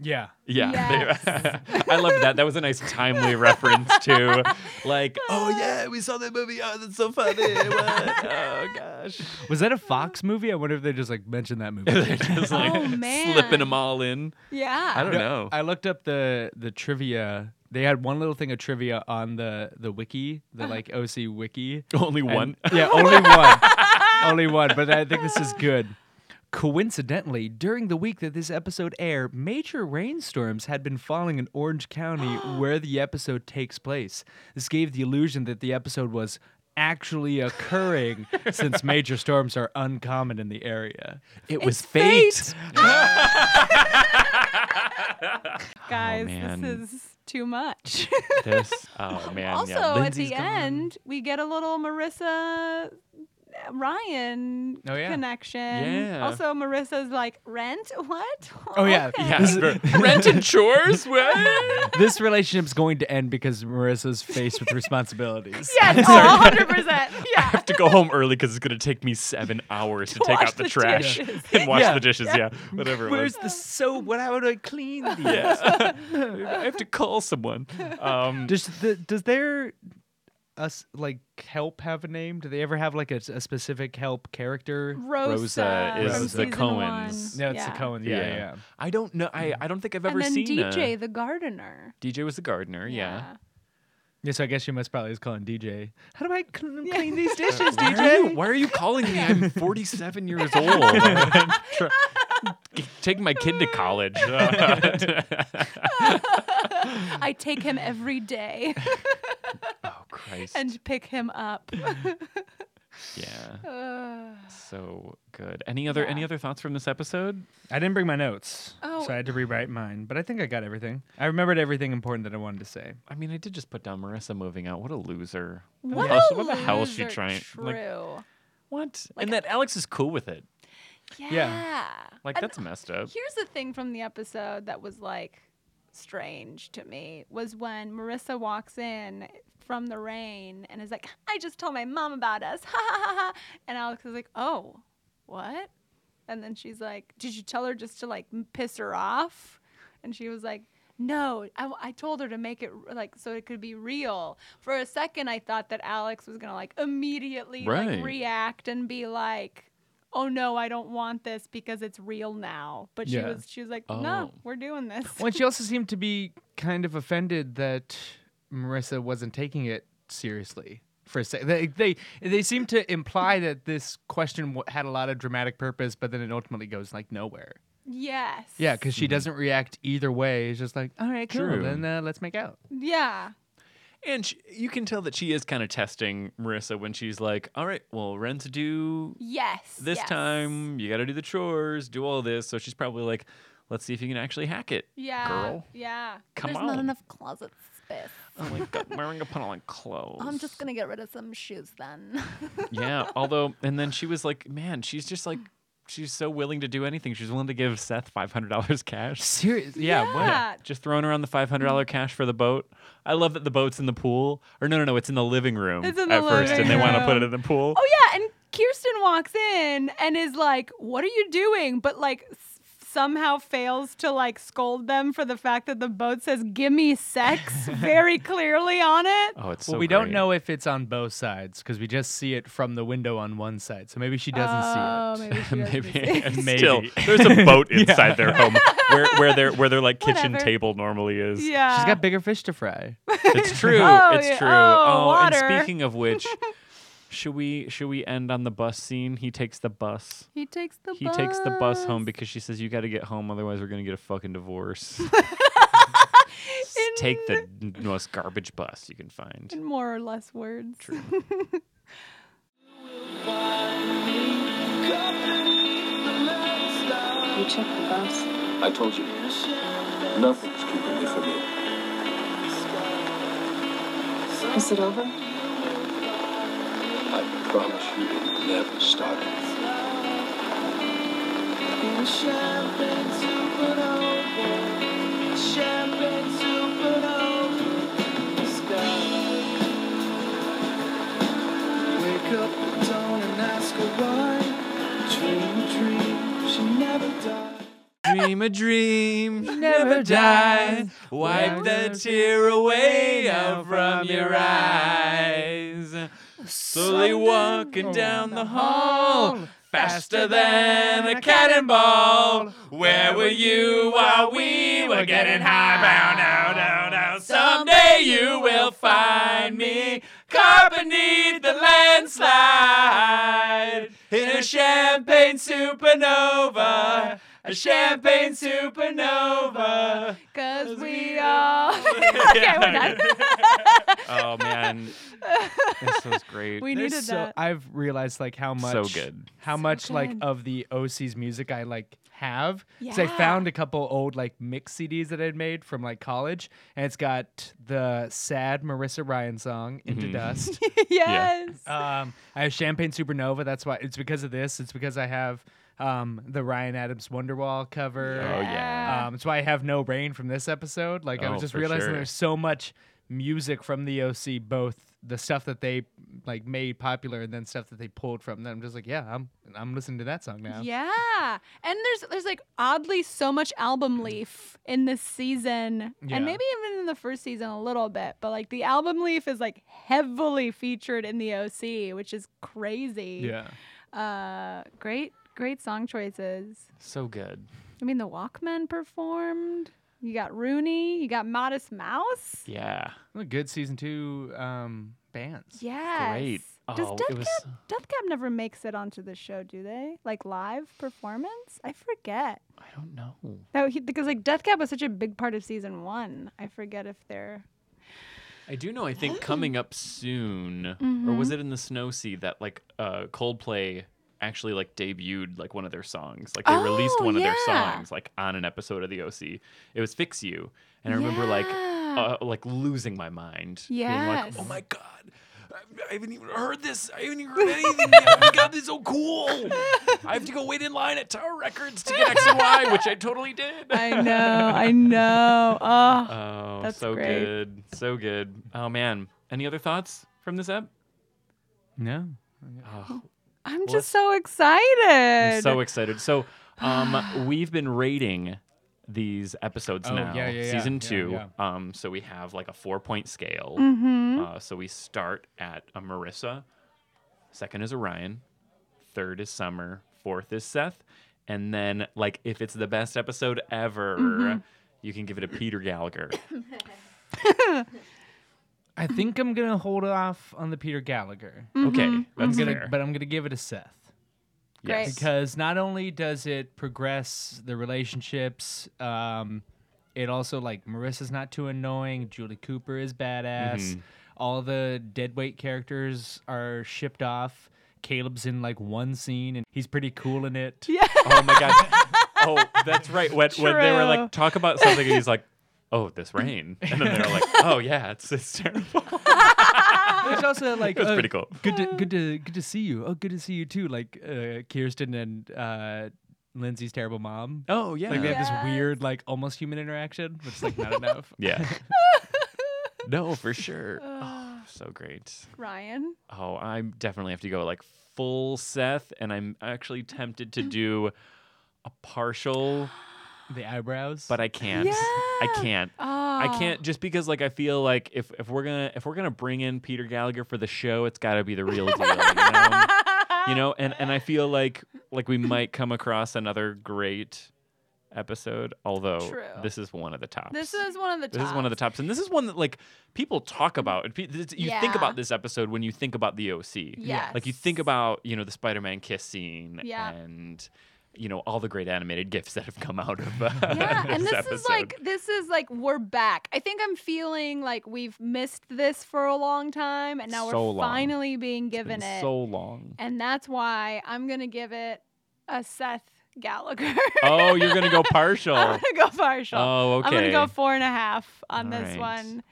Speaker 6: Yeah.
Speaker 5: Yeah. <laughs> they- I loved that. That was a nice timely reference
Speaker 4: <laughs>
Speaker 5: to like, oh
Speaker 4: Ah.
Speaker 5: yeah, we saw that movie. Oh, that's so funny.
Speaker 4: <laughs>
Speaker 5: What? Oh gosh. <laughs>
Speaker 6: Was that a Fox movie? I wonder if they just like mentioned that movie. <laughs>
Speaker 5: They're just like
Speaker 4: Oh,
Speaker 5: slipping
Speaker 4: man.
Speaker 5: them all in.
Speaker 4: Yeah.
Speaker 5: I don't
Speaker 6: No,
Speaker 5: know.
Speaker 6: I looked up the the trivia. They had one little thing of trivia on the the wiki, the like OC wiki.
Speaker 5: Only
Speaker 6: And-
Speaker 5: one.
Speaker 6: <laughs> yeah, only one. only one. But I think this is good. Coincidentally, during the week that this episode aired, major rainstorms had been falling in Orange
Speaker 5: <gasps>
Speaker 6: County where the episode takes place. This gave the illusion that the episode was actually
Speaker 5: <laughs>
Speaker 6: occurring since major storms are uncommon in the area.
Speaker 5: It
Speaker 4: was fate.
Speaker 5: <laughs>
Speaker 4: fate. Guys,
Speaker 5: man.
Speaker 4: this is too much.
Speaker 5: <laughs>
Speaker 4: <laughs>
Speaker 5: This. Oh man.
Speaker 4: also,
Speaker 5: yeah.
Speaker 4: at
Speaker 5: Lindsay's
Speaker 4: the
Speaker 5: gone.
Speaker 4: end, we get a little Marissa Ryan
Speaker 6: Oh, yeah.
Speaker 4: connection.
Speaker 5: Yeah.
Speaker 4: Also, Marissa's like, rent? What? <laughs>
Speaker 6: Oh, yeah.
Speaker 5: <laughs>
Speaker 4: Okay. <laughs>
Speaker 5: Yeah, rent and chores. What?
Speaker 6: this relationship's going to end because Marissa's faced with
Speaker 5: <laughs>
Speaker 6: responsibilities.
Speaker 4: Yes, oh, 100%.
Speaker 5: I
Speaker 4: Yeah.
Speaker 5: have to go home early because it's going to take me seven hours to, take
Speaker 4: wash
Speaker 5: out the,
Speaker 4: the
Speaker 5: trash
Speaker 4: dishes.
Speaker 5: <laughs> and wash
Speaker 6: Yeah.
Speaker 5: the dishes. Yeah,
Speaker 4: <laughs>
Speaker 5: whatever. It was.
Speaker 6: Where's the soap? What? How do I clean these?
Speaker 5: Yeah. <laughs> I have to call
Speaker 4: <laughs>
Speaker 5: someone. Um,
Speaker 6: Does the does their us like help have a name? Do they ever have like a, a specific help character?
Speaker 4: Rosa,
Speaker 5: Rosa is
Speaker 4: from
Speaker 5: the
Speaker 4: season
Speaker 5: Coens.
Speaker 4: one.
Speaker 6: No, it's the
Speaker 4: Yeah.
Speaker 6: Cohen. Yeah,
Speaker 5: yeah.
Speaker 6: yeah. Mm-hmm.
Speaker 5: I don't know. I, I don't think I've ever
Speaker 4: And then
Speaker 5: seen
Speaker 4: DJ,
Speaker 5: A,
Speaker 4: the gardener.
Speaker 5: DJ was the gardener. Yeah.
Speaker 6: Yeah, so I guess she must probably is calling DJ. How do I cl- clean these dishes,
Speaker 5: Why,
Speaker 4: <laughs>
Speaker 5: are you,
Speaker 6: DJ?
Speaker 5: why are you calling me? I'm 47 years
Speaker 6: <laughs>
Speaker 5: old. I'm tr- Taking my kid
Speaker 4: <laughs>
Speaker 5: to college. Oh,
Speaker 6: <laughs>
Speaker 4: I take him every day <laughs>
Speaker 5: oh Christ!
Speaker 4: and pick him
Speaker 5: <laughs>
Speaker 4: up.
Speaker 5: yeah,
Speaker 4: <sighs> Uh,
Speaker 5: so good. Any other any other thoughts from this episode?
Speaker 6: I didn't bring my notes,
Speaker 4: Oh.
Speaker 6: so I had to rewrite mine. But I think I got everything. I remembered everything important that I wanted to say.
Speaker 5: I mean, I did just put down Marissa moving out. What a loser.
Speaker 4: what
Speaker 5: the hell-
Speaker 4: a
Speaker 5: what the hell is she
Speaker 4: loser,
Speaker 5: trying?
Speaker 4: True.
Speaker 5: Like, what? and that Alex is cool with it.
Speaker 4: yeah.
Speaker 5: Like
Speaker 4: And
Speaker 5: that's messed up.
Speaker 4: Here's the thing from the episode that was like strange to me was when Marissa walks in from the rain and is like, I just told my mom about us. <laughs> Ha ha ha ha. And Alex is like, Oh, what? And then she's like, Did you tell her just to like m- piss her off? And she was like, no, I, I told her to make it r- like so it could be real. For a second, I thought that Alex was gonna like immediately
Speaker 5: Right.
Speaker 4: like react and be like, oh no, I don't want this because it's real now. But she
Speaker 6: Yeah.
Speaker 4: was she was like, no,
Speaker 5: Oh.
Speaker 4: we're doing
Speaker 5: <laughs>
Speaker 4: this.
Speaker 6: Well, and she also seemed to be kind of offended that Marissa wasn't taking it seriously for a second. They they, they seem to imply that this question w- had a lot of dramatic purpose, but then it ultimately goes like nowhere.
Speaker 4: Yes.
Speaker 6: Yeah, because
Speaker 4: Mm-hmm.
Speaker 6: she doesn't react either way. It's just like, all right, cool,
Speaker 5: True.
Speaker 6: then uh, let's make out.
Speaker 4: Yeah.
Speaker 5: And she, you can tell that she is kind of testing Marissa when she's like, "All right, well, rent's due
Speaker 4: Yes.
Speaker 5: this
Speaker 4: yes.
Speaker 5: time. You got to do the chores, do all this." So she's probably like, "Let's see if you can actually hack it."
Speaker 4: Yeah.
Speaker 5: Girl.
Speaker 4: Yeah.
Speaker 5: Come
Speaker 4: There's
Speaker 5: on.
Speaker 4: not enough closet space.
Speaker 5: I'm like, "God, "Where am I gonna put
Speaker 4: <laughs>
Speaker 5: all my clothes?"
Speaker 4: I'm just gonna get rid of some shoes then. <laughs>
Speaker 5: yeah. Although, and then she was like, "Man, she's just like." She's so willing to do anything. She's willing to give Seth five hundred
Speaker 4: <laughs>
Speaker 5: dollars cash.
Speaker 6: Serious?
Speaker 5: Yeah, what?
Speaker 4: Yeah.
Speaker 5: Just throwing around the five hundred dollar
Speaker 4: Mm.
Speaker 5: cash for the boat. I love that the boat's in the pool. Or no, no, no, it's in the living room
Speaker 4: It's in the
Speaker 5: at first,
Speaker 4: living
Speaker 5: and they want to put it
Speaker 4: room.
Speaker 5: in the pool.
Speaker 4: oh yeah, and Kirsten walks in and is like, "What are you doing?" But like. s- Somehow fails to like scold them for the fact that the boat says "gimme
Speaker 5: <laughs>
Speaker 4: sex" very clearly on it.
Speaker 5: Oh, it's so.
Speaker 6: Well, we don't
Speaker 5: great.
Speaker 6: know if it's on both sides because we just see it from the window on one side. So maybe she doesn't
Speaker 4: oh,
Speaker 6: see it. <laughs>
Speaker 4: maybe she doesn't
Speaker 5: Maybe,
Speaker 4: see it.
Speaker 6: Maybe.
Speaker 5: still, there's a <laughs> boat inside their home where where their where their like kitchen
Speaker 4: Whatever.
Speaker 5: table normally is.
Speaker 4: Yeah.
Speaker 6: She's got bigger fish to fry.
Speaker 4: <laughs>
Speaker 5: It's true.
Speaker 4: Oh,
Speaker 5: it's
Speaker 4: yeah.
Speaker 5: true.
Speaker 4: Oh, water.
Speaker 5: and speaking
Speaker 4: <laughs>
Speaker 5: of which, should we should we end on the bus scene? He takes the bus.
Speaker 4: He takes the
Speaker 5: He
Speaker 4: bus.
Speaker 5: takes the bus home because she says you got to get home otherwise we're going to get a
Speaker 4: <laughs>
Speaker 5: fucking divorce. S- Take the n- most garbage bus you can find.
Speaker 4: in more or less words. <laughs>
Speaker 7: You check the bus.
Speaker 10: I told you, yes. Nothing's keeping me from you.
Speaker 7: Is it over?
Speaker 10: I promise you it'll never stop.
Speaker 5: Dream a dream,
Speaker 6: never dies.
Speaker 5: Wipe
Speaker 6: that
Speaker 5: tear
Speaker 6: away out from your
Speaker 5: eyes. Slowly walking down the hall, faster than a cannonball. Where were you while we were getting high? Bow, now, now, now. Someday you will find me caught beneath the landslide in a champagne supernova. A champagne supernova.
Speaker 4: <laughs> Because we are. okay, we're done.
Speaker 5: Oh man, This was great.
Speaker 4: We
Speaker 6: There's
Speaker 4: needed
Speaker 6: so,
Speaker 4: that.
Speaker 6: I've realized like how much
Speaker 5: So good.
Speaker 6: how much like
Speaker 4: good.
Speaker 6: of the OC's music I like have. 'Cause I
Speaker 4: Yeah.
Speaker 6: found a couple old like mix CDs that I'd made from like college, and it's got the sad Marissa Ryan song "Into
Speaker 5: Mm-hmm.
Speaker 4: <laughs>
Speaker 6: Dust."
Speaker 4: yes.
Speaker 6: um, I have Champagne Supernova. That's why it's because of this. It's because I have um, the Ryan Adams Wonderwall cover.
Speaker 5: Oh yeah.
Speaker 6: Um, it's why I have no rain from this episode. Like I
Speaker 5: Oh,
Speaker 6: was just
Speaker 5: for
Speaker 6: realizing
Speaker 5: sure.
Speaker 6: there's so much music from the OC, both the stuff that they like made popular and then stuff that they pulled from. Then I'm just like, yeah, I'm I'm listening to that song now.
Speaker 4: Yeah. And there's there's like oddly so much album leaf in this season.
Speaker 6: Yeah.
Speaker 4: And maybe even in the first season a little bit, but like the album leaf is like heavily featured in the OC, which is crazy.
Speaker 6: Yeah.
Speaker 4: Uh great great song choices.
Speaker 5: So good.
Speaker 4: I mean the Walkmen performed. You got Rooney, you got Modest Mouse.
Speaker 5: Yeah.
Speaker 6: Well, Good season two um, bands.
Speaker 4: Yes.
Speaker 5: Great.
Speaker 4: Does
Speaker 5: Oh,
Speaker 4: Death,
Speaker 5: it was
Speaker 4: Cab, Death Cab never makes it onto the show, do they? Like live performance? I forget.
Speaker 5: I don't know.
Speaker 4: That he, because like Death Cab was such a big part of season one. I forget if <laughs> they're
Speaker 5: I do know I
Speaker 4: Oh.
Speaker 5: think coming up soon or
Speaker 4: Mm-hmm.
Speaker 5: was it in the snow sea that like uh Coldplay actually like debuted like one of their songs. Like they released
Speaker 4: Oh,
Speaker 5: one of their
Speaker 4: yeah.
Speaker 5: songs like on an episode of the OC. It was Fix You. And I remember like uh, like losing my mind. Being like, "Oh
Speaker 4: Yes.
Speaker 5: my god. I- I haven't even heard this. I haven't
Speaker 4: <laughs>
Speaker 5: even heard anything yet. Oh my god, this is so cool. I have to go wait in line at Tower Records to get X and Y, which I totally did.
Speaker 4: I know, I know. Oh,
Speaker 5: Oh,
Speaker 4: That's
Speaker 5: so
Speaker 4: great.
Speaker 5: good. So good. Oh, man. Any other thoughts from this app?
Speaker 6: No.
Speaker 5: Oh,
Speaker 4: I'm
Speaker 5: let's-
Speaker 4: just so excited.
Speaker 5: I'm so
Speaker 4: <sighs>
Speaker 5: excited. So, um, we've been rating these episodes
Speaker 6: Oh,
Speaker 5: now,
Speaker 6: yeah, yeah, yeah,
Speaker 5: season
Speaker 6: yeah,
Speaker 5: two.
Speaker 6: yeah.
Speaker 5: Um, so we have like a four point scale.
Speaker 4: Mm-hmm.
Speaker 5: Uh, so we start at a Marissa, second is Orion, third is Summer, fourth is Seth, and then like if it's the best episode ever,
Speaker 4: Mm-hmm.
Speaker 5: you can give it a Peter Gallagher.
Speaker 6: I think I'm gonna hold off on the Peter Gallagher.
Speaker 5: Mm-hmm. Okay,
Speaker 6: I'm
Speaker 4: Mm-hmm.
Speaker 5: that's
Speaker 6: gonna,
Speaker 5: fair.
Speaker 6: but I'm gonna give it a Seth.
Speaker 4: Great.
Speaker 5: Yes.
Speaker 6: because not only does it progress the relationships um it also like marissa's not too annoying julie cooper is badass
Speaker 5: Mm-hmm.
Speaker 6: all the dead weight characters are shipped off caleb's in like one scene and he's pretty cool in
Speaker 4: <laughs>
Speaker 6: it yeah
Speaker 5: Oh my god. <laughs> Oh, that's right. When, when they were
Speaker 4: True.
Speaker 5: like talk about something, and he's like, "Oh, this rain," and then <laughs> they're like, "Oh yeah, it's it's terrible."
Speaker 6: it's
Speaker 5: <laughs>
Speaker 6: also like
Speaker 5: It was
Speaker 6: uh,
Speaker 5: pretty cool.
Speaker 4: <laughs>
Speaker 6: good to good to good to see you oh good to see you too like uh kirsten and uh lindsay's terrible mom
Speaker 5: <laughs> Oh yeah.
Speaker 6: like they have
Speaker 4: Yes.
Speaker 6: this weird like almost human interaction which is like not enough
Speaker 5: <laughs> <laughs> yeah. no, for <sighs> sure. Oh, so great.
Speaker 4: Ryan.
Speaker 5: Oh, I definitely have to go like full Seth, and I'm actually tempted to do a <gasps> partial,
Speaker 6: the eyebrows
Speaker 5: but I can't. I
Speaker 4: Yeah. Oh.
Speaker 5: can't. I can't just because like I feel like if, if we're gonna if we're gonna bring in Peter Gallagher for the show, it's got to be the real deal. You know? you know and and i feel like like we might come across another great episode although
Speaker 4: True.
Speaker 5: this is one of the tops
Speaker 4: This is one of the.
Speaker 5: this is one of the tops and this is one that like people talk about It- pe- this- you think
Speaker 4: Yeah.
Speaker 5: about this episode when you think about the oc
Speaker 4: Yes.
Speaker 5: like you think about you know the spider-man kiss scene
Speaker 4: Yeah.
Speaker 5: and you know all the great animated gifs that have come out of <laughs> uh,
Speaker 4: <laughs> Yeah,
Speaker 5: this
Speaker 4: and this
Speaker 5: episode.
Speaker 4: is like this is like we're back. I think I'm feeling like we've missed this for a long time, and now
Speaker 5: So
Speaker 4: we're
Speaker 5: long.
Speaker 4: finally being
Speaker 5: It's been
Speaker 4: given it.
Speaker 5: so long
Speaker 4: and that's why I'm gonna give it a Seth Gallagher.
Speaker 5: oh you're gonna
Speaker 4: <laughs>
Speaker 5: go
Speaker 4: I'm <laughs>
Speaker 5: partial
Speaker 4: gonna go partial.
Speaker 5: oh okay
Speaker 4: I'm gonna go four and a half on
Speaker 5: All
Speaker 4: this
Speaker 5: right.
Speaker 4: one.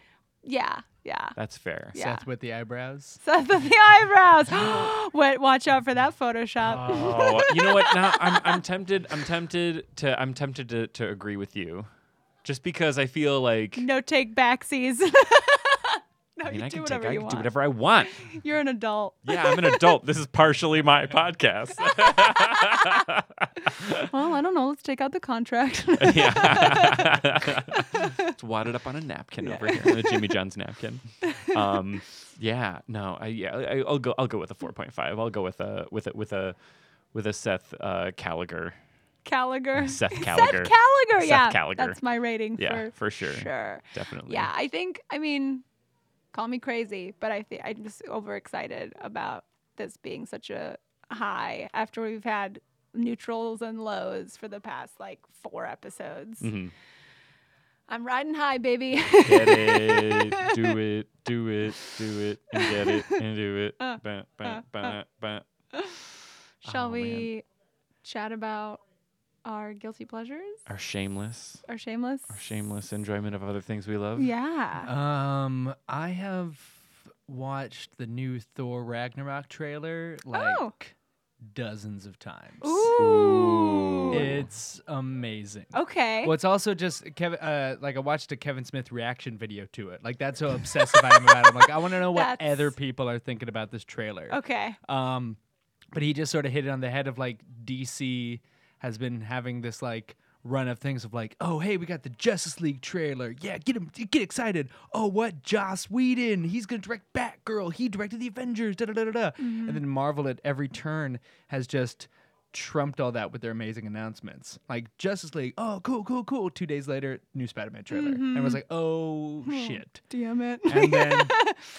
Speaker 4: Yeah, yeah.
Speaker 5: that's fair
Speaker 4: Yeah.
Speaker 6: Seth with the eyebrows.
Speaker 4: Seth with the
Speaker 5: <gasps>
Speaker 4: eyebrows. <gasps> Wait, watch out for that Photoshop.
Speaker 5: Oh, you know what? Now I'm, I'm tempted. I'm tempted to. I'm tempted to, to agree with you, just because I feel
Speaker 4: <laughs>
Speaker 5: like
Speaker 4: No take backsies. <laughs> no,
Speaker 5: I mean
Speaker 4: you
Speaker 5: I
Speaker 4: do
Speaker 5: can take.
Speaker 4: whatever
Speaker 5: I
Speaker 4: you
Speaker 5: can
Speaker 4: want.
Speaker 5: do whatever I want.
Speaker 4: You're an adult.
Speaker 5: Yeah, I'm an adult. This is
Speaker 4: <laughs>
Speaker 5: partially my podcast.
Speaker 4: Well, I don't know. Let's take out the
Speaker 5: <laughs>
Speaker 4: contract.
Speaker 5: yeah. it's wadded up on a napkin over here, on a Jimmy John's napkin. Um, yeah, no, I yeah, I, I'll go. I'll go with a 4.5. I'll go with a with a with a with a Seth uh, Gallagher.
Speaker 4: Gallagher.
Speaker 5: Seth
Speaker 4: Seth
Speaker 5: Gallagher.
Speaker 4: Gallagher.
Speaker 5: Seth
Speaker 4: yeah,
Speaker 5: Gallagher.
Speaker 4: that's my rating
Speaker 5: Yeah,
Speaker 4: for,
Speaker 5: for sure.
Speaker 4: sure.
Speaker 5: Definitely.
Speaker 4: Yeah, I think. I mean, call me crazy, but I think I'm just overexcited about this being such a high after we've had
Speaker 5: Mm-hmm.
Speaker 4: neutrals and lows for the past like four episodes.
Speaker 5: Mhm.
Speaker 4: I'm riding high, baby. <laughs>
Speaker 5: Get it, do it, do it, do it, and get it, and do it.
Speaker 4: Uh,
Speaker 5: Bah, bah, bah, bah.
Speaker 4: Shall
Speaker 5: Oh, man.
Speaker 4: we chat about our guilty pleasures
Speaker 5: Our shameless,
Speaker 4: or shameless?
Speaker 5: our shameless enjoyment of other things we love.
Speaker 4: Yeah.
Speaker 6: Um, I have watched the new Thor Ragnarok trailer like
Speaker 4: Oh.
Speaker 6: dozens of times.
Speaker 4: Ooh.
Speaker 6: It's amazing.
Speaker 4: Okay.
Speaker 6: Well, it's also just Kevin. Uh, like I watched a Kevin Smith reaction video to it. Like that's how obsessive I am about it. I'm like, I want to know
Speaker 4: <laughs>
Speaker 6: what
Speaker 4: That's-
Speaker 6: other people are thinking about this trailer.
Speaker 4: Okay.
Speaker 6: Um, but he just sort of hit it on the head of like DC has been having this like run of things of like, oh hey, we got the Justice League trailer. Yeah, get him, get excited. Oh what, Joss Whedon? He's gonna direct Batgirl. He directed the Avengers. Da da da da. da. And then Marvel at every turn has just trumped all that with their amazing announcements. Like Justice League, oh cool, cool, cool. Two days later, new Spider-Man trailer, and I was like, oh shit.
Speaker 4: Damn it. <laughs>
Speaker 6: And then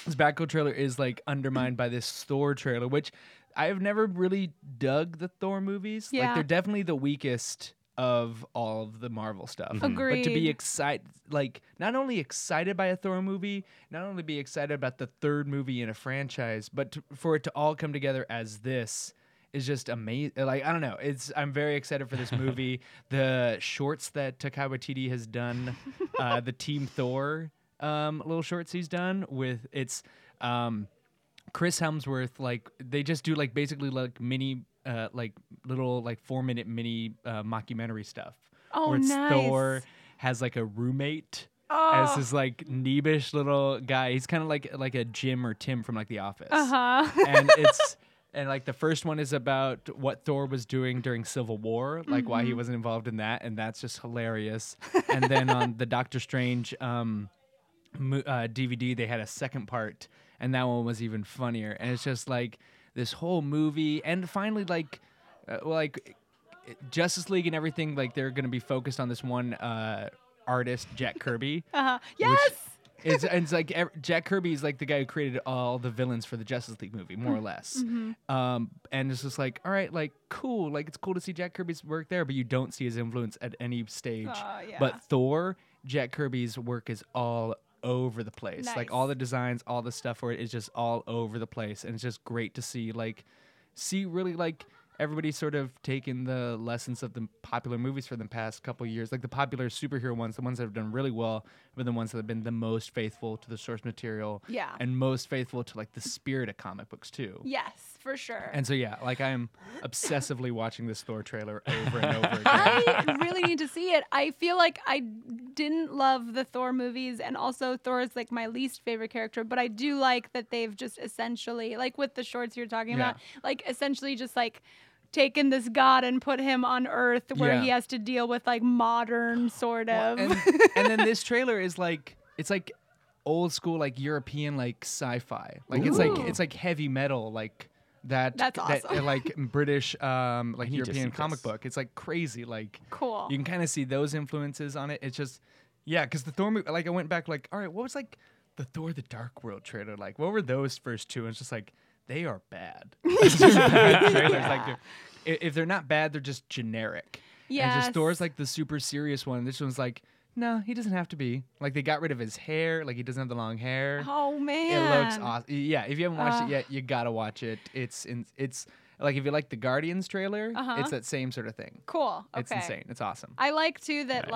Speaker 6: this Batgirl trailer is like undermined by this Thor trailer, which I have never really dug the Thor movies.
Speaker 4: Yeah.
Speaker 6: Like they're definitely the weakest of all of the Marvel stuff. But to
Speaker 4: Agreed.
Speaker 6: be excited, like not only excited by a Thor movie, not only be excited about the third movie in a franchise, but to, for it to all come together as this is just amazing. Like I don't know, it's I'm very excited for this movie. the shorts that Taika Waititi has done, uh, the Team Thor um, little shorts he's done with it's. Um, Chris Hemsworth, like they just do like basically like mini, uh, like little like four minute mini uh, mockumentary stuff.
Speaker 4: Oh,
Speaker 6: where it's
Speaker 4: nice. Oh.
Speaker 6: Thor has like a roommate as this like neebish little guy. He's kind of like like a Jim or Tim from like The Office.
Speaker 4: Uh huh.
Speaker 6: and it's and like the first one is about what Thor was doing during Civil War, like why he wasn't involved in that, and that's just hilarious. and then on the Doctor Strange um, mo- uh, DVD, they had a second part, and that one was even funnier. And it's just like this whole movie, and finally like uh, well, like Justice League and everything, like they're gonna be focused on this one uh, artist, Jack Kirby.
Speaker 4: <laughs> Uh-huh. Yes.
Speaker 6: It's, it's like ev- Jack Kirby is like the guy who created all the villains for the Justice League movie, more or
Speaker 4: Mm-hmm.
Speaker 6: less. Um, and it's just like, all right, like cool, like it's cool to see Jack Kirby's work there, but you don't see his influence at any stage.
Speaker 4: Aw, yeah.
Speaker 6: But Thor, Jack Kirby's work is all over the place.
Speaker 4: Nice.
Speaker 6: Like all the designs, all the stuff for it is just all over the place, and it's just great to see like see really like everybody sort of taking the lessons of the popular movies for the past couple years like the popular superhero ones the ones that have done really well but the ones that have been the most faithful to the source material
Speaker 4: Yeah.
Speaker 6: and most faithful to like the spirit of comic books too
Speaker 4: Yes, for sure.
Speaker 6: and so yeah like i'm obsessively watching this thor trailer over and
Speaker 4: <laughs>
Speaker 6: over again <laughs>
Speaker 4: I really need to see it. I feel like I didn't love the Thor movies, and also Thor is like my least favorite character. But I do like that they've just essentially, like with the shorts you're talking
Speaker 6: Yeah.
Speaker 4: about, like essentially just like taken this god and put him on Earth where
Speaker 6: Yeah.
Speaker 4: he has to deal with like modern sort of.
Speaker 6: and, and then this trailer is like it's like old school like european like sci-fi like it's like
Speaker 4: Ooh.
Speaker 6: it's like heavy metal like that
Speaker 4: That's
Speaker 6: that, uh,
Speaker 4: awesome. <laughs>
Speaker 6: like british um like
Speaker 5: need to see
Speaker 6: european comic
Speaker 5: this.
Speaker 6: book it's like crazy like
Speaker 4: cool.
Speaker 6: you can kind of see those influences on it it's just yeah because the thor movie like i went back like all right what was like the thor the dark world trailer like what were those first two and it's just like they are
Speaker 4: <laughs>
Speaker 6: bad, It's just bad trailers like they're- i- if they're not bad they're just generic and
Speaker 4: Yes.
Speaker 6: just Thor's like the super serious one. This one's like, no, he doesn't have to be. Like they got rid of his hair. Like he doesn't have the long hair.
Speaker 4: <laughs> oh
Speaker 6: it
Speaker 4: man,
Speaker 6: looks awesome. Yeah, if you haven't watched it yet, you gotta watch it. It's in, it's like if you like the Guardians trailer,
Speaker 4: Uh-huh.
Speaker 6: it's that same sort of thing.
Speaker 4: Cool. Okay.
Speaker 6: It's insane. It's awesome.
Speaker 4: I like too that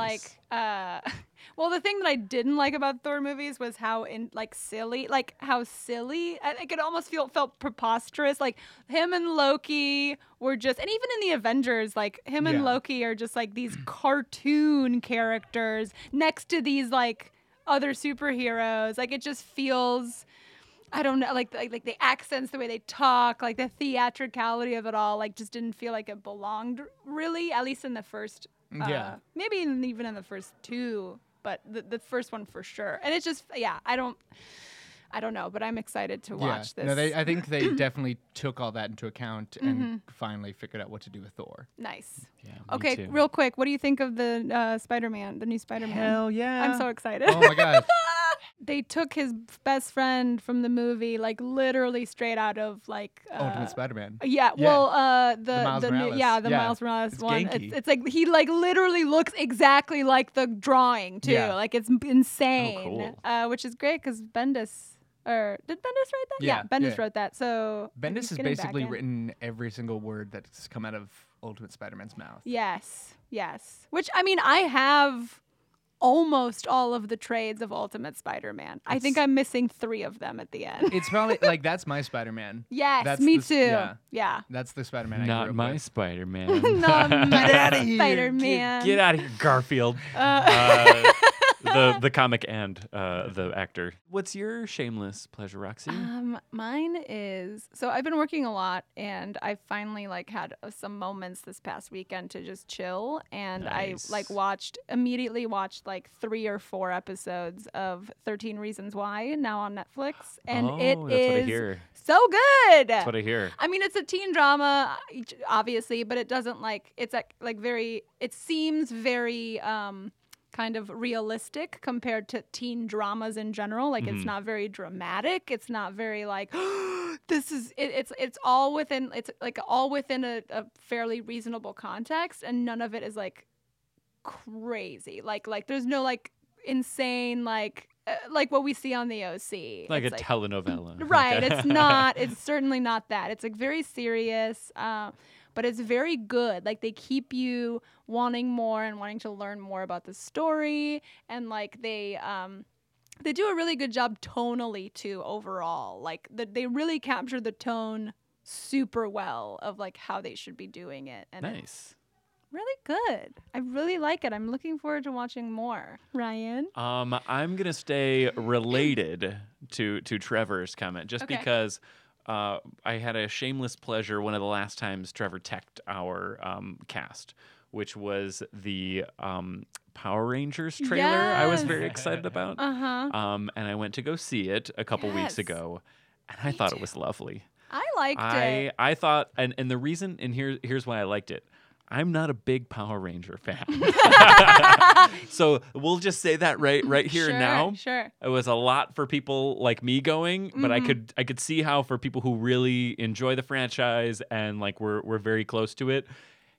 Speaker 4: like uh <laughs> well the thing that I didn't like about Thor movies was how in like silly like how silly I, I could almost feel felt preposterous like him and Loki were just and even in the Avengers like him and
Speaker 6: Yeah.
Speaker 4: Loki are just like these cartoon characters next to these like other superheroes like it just feels I don't know, like, like like the accents, the way they talk, like the theatricality of it all, like just didn't feel like it belonged really, at least in the first. Uh,
Speaker 6: Yeah.
Speaker 4: Maybe in, even in the first two, but the, the first one for sure. And it's just, yeah, I don't, I don't know, but I'm excited to watch
Speaker 6: yeah.
Speaker 4: this.
Speaker 6: No, they, I
Speaker 4: <clears throat>
Speaker 6: think they definitely took all that into account and finally figured out what to do with Thor.
Speaker 4: nice.
Speaker 5: Yeah, me
Speaker 4: okay,
Speaker 5: too.
Speaker 4: real quick, what do you think of the uh, Spider-Man, the new Spider-Man?
Speaker 6: Oh, yeah!
Speaker 4: I'm so excited.
Speaker 6: Oh my god!
Speaker 4: <laughs> they took his best friend from the movie, like literally straight out of like uh,
Speaker 6: Ultimate Spider-Man.
Speaker 4: Yeah,
Speaker 6: Yeah.
Speaker 4: well, uh, the
Speaker 6: The Miles
Speaker 4: the, new-
Speaker 6: Morales.
Speaker 4: yeah the
Speaker 6: Yeah.
Speaker 4: Miles Morales
Speaker 6: It's
Speaker 4: one.
Speaker 6: ganky.
Speaker 4: It's, it's like he like literally looks exactly like the drawing too.
Speaker 6: Yeah. Oh,
Speaker 4: Like it's m- insane,
Speaker 5: cool.
Speaker 4: uh, which is great because Bendis or did Bendis write that?
Speaker 6: Yeah,
Speaker 4: Bendis
Speaker 6: yeah.
Speaker 4: wrote that. So I think he's
Speaker 6: Bendis has
Speaker 4: getting back
Speaker 6: basically
Speaker 4: in.
Speaker 6: written every single word that's come out of Ultimate Spider-Man's mouth.
Speaker 4: Yes, yes. Which I mean, I have almost all of the trades of Ultimate Spider-Man. I think
Speaker 6: It's-
Speaker 4: I'm missing three of them at the
Speaker 6: <laughs>
Speaker 4: end.
Speaker 6: It's probably like that's
Speaker 4: <laughs>
Speaker 6: my Spider-Man.
Speaker 4: yes,
Speaker 6: that's
Speaker 4: me
Speaker 6: the s-
Speaker 4: too.
Speaker 6: yeah.
Speaker 4: Yeah.
Speaker 6: <laughs> That's the Spider-Man. I grew
Speaker 5: Not
Speaker 6: up
Speaker 5: my
Speaker 6: With.
Speaker 5: Spider
Speaker 4: <laughs>
Speaker 5: Man.
Speaker 4: Not
Speaker 5: <laughs>
Speaker 4: my <laughs>
Speaker 5: outta here.
Speaker 4: Spider-Man.
Speaker 5: Get, out of here,
Speaker 4: <laughs>
Speaker 5: Garfield. Uh, <laughs> the the comic and uh, the actor. What's your shameless pleasure, Roxy?
Speaker 4: Um, mine is so I've been working a lot, and I finally like had uh, some moments this past weekend to just chill, and
Speaker 5: Nice.
Speaker 4: I like watched immediately watched like three or four episodes of Thirteen Reasons Why now on Netflix, and
Speaker 5: oh,
Speaker 4: it
Speaker 5: that's what I
Speaker 4: is <laughs>
Speaker 5: hear.
Speaker 4: so good.
Speaker 5: That's what I hear.
Speaker 4: I mean, it's a teen drama, e, obviously, but it doesn't like it's like, like very. It seems very um, kind of realistic compared to teen dramas in general. Like
Speaker 5: Mhm.
Speaker 4: it's not very dramatic. It's not very like <gasps> this is. It, it's it's all within. It's like all within a, a fairly reasonable context, and none of it is like crazy. Like like there's no like insane like uh, like what we see on the OC.
Speaker 5: Like
Speaker 4: It's,
Speaker 5: a telenovela.
Speaker 4: <laughs> Right.
Speaker 5: Like a- <laughs>
Speaker 4: It's not. It's certainly not that. It's like very serious, uh, but it's very good. Like they keep you wanting more and wanting to learn more about the story, and like they. Um, they do a really good job tonally too overall like the, they really capture the tone super well of like how they should be doing it and it's
Speaker 5: nice.
Speaker 4: really good i really like it i'm looking forward to watching more ryan
Speaker 5: Um, I'm gonna stay related to to Trevor's comment just
Speaker 4: Okay.
Speaker 5: because uh, I had a shameless pleasure one of the last times Trevor teched our um, cast, which was the um, Power Rangers trailer. I was very
Speaker 4: Yes.
Speaker 5: excited about,
Speaker 4: uh-huh
Speaker 5: um, and I went to go see it a couple
Speaker 4: Yes.
Speaker 5: weeks ago, and I thought it was lovely.
Speaker 4: i liked
Speaker 5: I
Speaker 4: it
Speaker 5: I thought, and and the reason, and here here's why I liked it. I'm not a big Power Ranger
Speaker 4: <laughs>
Speaker 5: fan, <laughs> so we'll just say that right right here
Speaker 4: sure,
Speaker 5: and now.
Speaker 4: sure
Speaker 5: It was a lot for people like me going, but
Speaker 4: Mm-hmm.
Speaker 5: I could I could see how for people who really enjoy the franchise and like were were very close to it,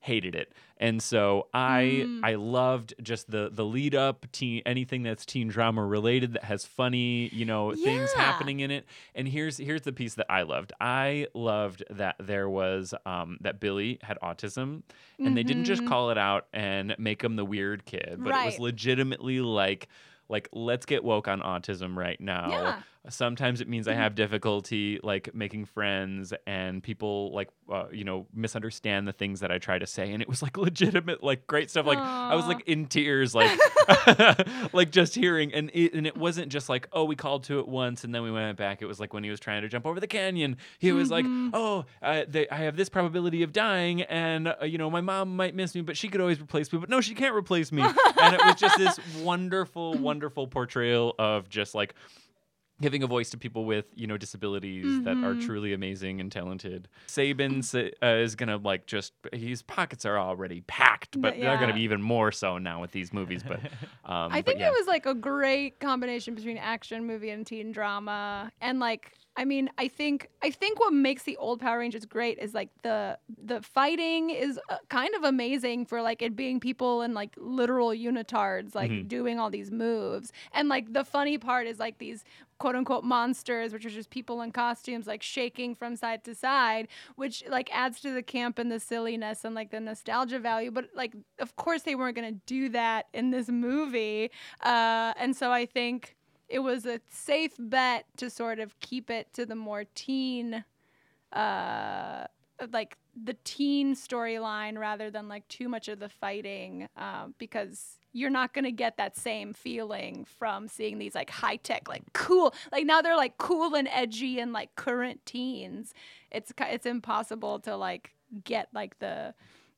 Speaker 5: hated it. And so I
Speaker 4: Mm.
Speaker 5: I loved just the the lead up teen anything that's teen drama related that has funny, you know, things
Speaker 4: Yeah.
Speaker 5: happening in it. And here's here's the piece that I loved. I loved that there was um that Billy had autism and they didn't just call it out and make him the weird kid, but it was
Speaker 4: Mm-hmm. Right.
Speaker 5: legitimately like like let's get woke on autism right now
Speaker 4: Yeah.
Speaker 5: sometimes it means i have difficulty like making friends and people like uh, you know misunderstand the things that i try to say and it was like <laughs> legitimate like great stuff like i was
Speaker 4: Aw.
Speaker 5: like in tears like <laughs> like just hearing and it, and it wasn't just like oh we called to it once and then we went back it was like when he was trying to jump over the canyon he was like oh uh, they, i have this probability of dying and uh, you know my mom might miss me but she could always replace me but no she can't replace me and it was just this wonderful wonderful portrayal of just like giving a voice to people with you know disabilities that are truly amazing and talented. Saban sa- uh, is gonna like just his pockets are already packed, but they're gonna
Speaker 4: yeah.
Speaker 5: be even more so now with these movies.
Speaker 4: <laughs>
Speaker 5: But um,
Speaker 4: I
Speaker 5: but
Speaker 4: think
Speaker 5: yeah.
Speaker 4: it was like a great combination between action movie and teen drama. And like I mean, I think I think what makes the old Power Rangers great is like the the fighting is uh, kind of amazing for like it being people and like literal unitards like
Speaker 5: Mm-hmm.
Speaker 4: doing all these moves. And like the funny part is like these quote unquote monsters, which are just people in costumes like shaking from side to side, which like adds to the camp and the silliness and like the nostalgia value. But like, of course, they weren't gonna do that in this movie, uh, and so I think it was a safe bet to sort of keep it to the more teen, uh, like the teen storyline rather than like too much of the fighting, uh, because. You're not gonna get that same feeling from seeing these like high tech, like cool, like now they're like cool and edgy and like current teens, it's ki- it's impossible to like get like the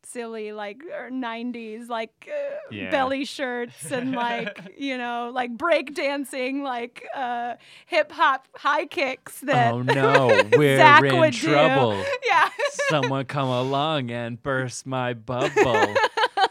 Speaker 4: silly like or 90s like uh,
Speaker 5: Yeah.
Speaker 4: belly shirts
Speaker 6: <laughs>
Speaker 4: and like you know like break dancing like uh hip hop high kicks that <laughs>
Speaker 5: oh no, we're
Speaker 4: Zach
Speaker 5: in
Speaker 4: would do.
Speaker 5: trouble. <laughs>
Speaker 4: yeah
Speaker 5: Someone come along and burst my bubble.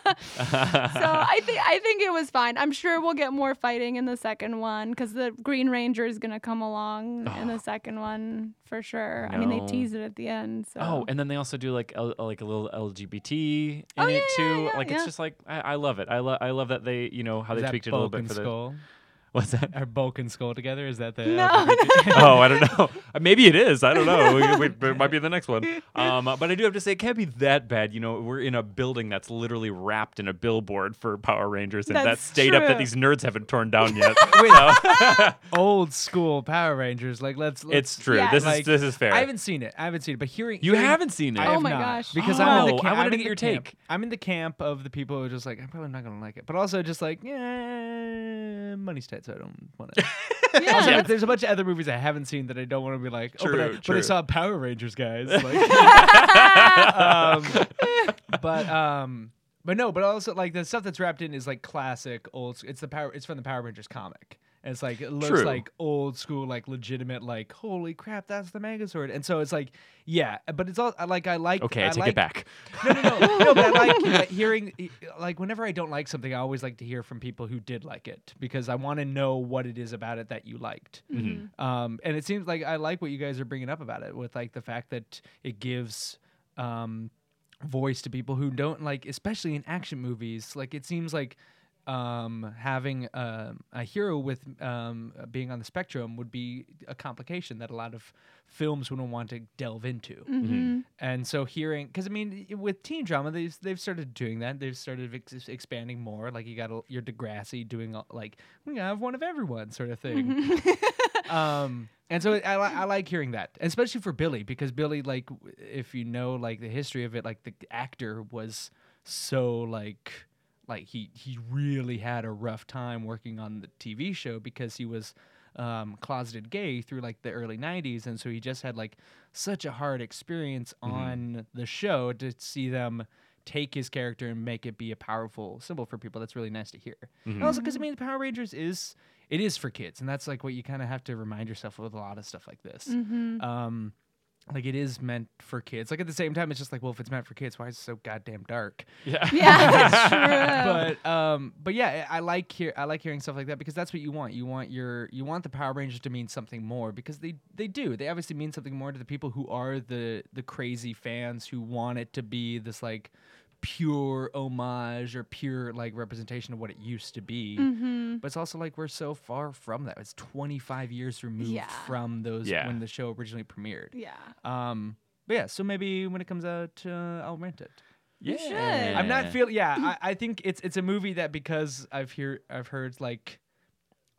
Speaker 4: so I think I think it was fine. I'm sure we'll get more fighting in the second one because the Green Ranger is gonna come along in the second one for sure. I mean, they
Speaker 5: No.
Speaker 4: tease it at the end. So.
Speaker 5: Oh, and then they also do like L- like a little LGBT in
Speaker 4: Oh,
Speaker 5: it
Speaker 4: yeah, yeah,
Speaker 5: too.
Speaker 4: yeah,
Speaker 5: like
Speaker 4: yeah.
Speaker 5: it's just like I, I love it. I love I love that they you know how
Speaker 6: Is
Speaker 5: they
Speaker 6: that
Speaker 5: tweaked it a little
Speaker 6: Bulk
Speaker 5: bit
Speaker 6: and
Speaker 5: for the
Speaker 6: skull?
Speaker 5: <laughs> what's that?
Speaker 6: Are Bulk and Skull together? Is that
Speaker 4: <laughs>
Speaker 6: the
Speaker 4: no, no.
Speaker 5: <laughs> oh, I don't know. Maybe it is. I don't know. We, we, it might be the next one. Um, but I do have to say, it can't be that bad. You know, we're in a building that's literally wrapped in a billboard for Power Rangers, and that
Speaker 4: That's
Speaker 5: stayed up that
Speaker 4: true.
Speaker 5: these nerds haven't torn down yet.
Speaker 6: old school Power Rangers? Like let's. let's
Speaker 5: it's true.
Speaker 4: Yeah.
Speaker 5: This
Speaker 6: like,
Speaker 5: is this is fair.
Speaker 6: I haven't seen it. I haven't seen it. But hearing
Speaker 5: you
Speaker 6: hearing-
Speaker 5: haven't seen it.
Speaker 6: I
Speaker 4: Oh
Speaker 6: have
Speaker 4: my
Speaker 6: not,
Speaker 4: gosh.
Speaker 6: Because I'm in
Speaker 5: Oh,
Speaker 6: the
Speaker 5: I
Speaker 6: ca-
Speaker 5: wanted
Speaker 6: I'm
Speaker 5: to
Speaker 6: in
Speaker 5: get
Speaker 6: the
Speaker 5: your
Speaker 6: camp-
Speaker 5: take.
Speaker 6: I'm in the camp of the people who are just like, I'm probably not gonna like it, but also just like, yeah, money's tight, so I don't want
Speaker 5: <laughs>
Speaker 6: it.
Speaker 4: <laughs> Yeah.
Speaker 6: Also, like, there's a bunch of other movies I haven't seen that I don't want to be like, oh, but I,
Speaker 5: True,
Speaker 6: but I
Speaker 5: true.
Speaker 6: saw Power
Speaker 5: <laughs>
Speaker 6: Rangers, guys. <laughs> Like, um,
Speaker 5: Eh.
Speaker 6: but um, but no, but also like the stuff that's wrapped in is like classic old. s- It's the power. It's from the Power Rangers comic. And it's like it looks
Speaker 5: True.
Speaker 6: like old school, like legitimate, like holy crap, that's the Megazord. And so it's like, yeah, but it's all like I like.
Speaker 5: <laughs> okay, I, take
Speaker 6: like,
Speaker 5: it back.
Speaker 6: no, no, no, no.
Speaker 5: <laughs>
Speaker 6: But I like like, hearing, e, like, whenever I don't like something, I always like to hear from people who did like it because I want to know what it is about it that you liked.
Speaker 5: Mm-hmm.
Speaker 6: Um, and it seems like I like what you guys are bringing up about it with like the fact that it gives um, voice to people who don't like, especially in action movies. Like, it seems like um having a, a hero with um being on the spectrum would be a complication that a lot of films wouldn't want to delve into
Speaker 4: Mm-hmm.
Speaker 6: and so hearing, because I mean, i- with teen drama, they've they've started doing that. They've started ex- expanding more. Like you got a, your Degrassi doing all, like we have one of everyone sort of thing. um, and so I, li- I like hearing that, especially for Billy, because Billy, like, w- if you know like the history of it, like the actor was so like like he he really had a rough time working on the TV show because he was um, closeted gay through like the early 90s and so he just had like such a hard experience on the show to see them take his character and make it be a powerful symbol for people that's really nice to hear and also because i mean the power rangers is it is for kids and that's like what you kind of have to remind yourself with a lot of stuff like this um like it is meant for kids like at the same time it's just like well if it's meant for kids why is it so goddamn dark
Speaker 4: <laughs> yeah,
Speaker 5: <laughs>
Speaker 4: that's true.
Speaker 6: but um, but yeah, I I like hear I like hearing stuff like that because that's what you want. You want your you want the Power Rangers to mean something more because they they do. They obviously mean something more to the people who are the the crazy fans who want it to be this like pure homage or pure like representation of what it used to be. But it's also like we're so far from that. It's 25 years removed
Speaker 4: Yeah.
Speaker 6: from those
Speaker 5: Yeah.
Speaker 6: when the show originally premiered.
Speaker 4: yeah.
Speaker 6: Um, but yeah, so maybe when it comes out, uh, I'll rent it.
Speaker 5: <laughs> Yeah.
Speaker 4: should.
Speaker 6: I'm not feeling. Yeah, I, I think it's it's a movie that because I've hear I've heard like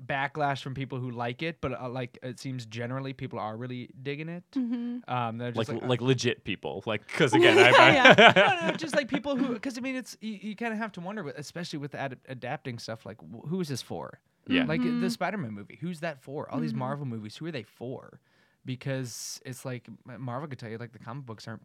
Speaker 6: backlash from people who like it, but uh, like it seems generally people are really digging it. Um, they're
Speaker 5: like
Speaker 6: just
Speaker 5: like,
Speaker 6: like,
Speaker 5: legit people. Like because again, I, I,
Speaker 4: Yeah,
Speaker 6: <laughs> no, no, just like people who because I mean it's you, you kind of have to wonder, with- especially with ad- adapting stuff like wh- who is this for?
Speaker 5: Yeah.
Speaker 6: like
Speaker 4: Mm-hmm.
Speaker 6: the Spider-Man movie, who's that for? All these Marvel movies, who are they for? Because it's like M- Marvel could tell you like the comic books aren't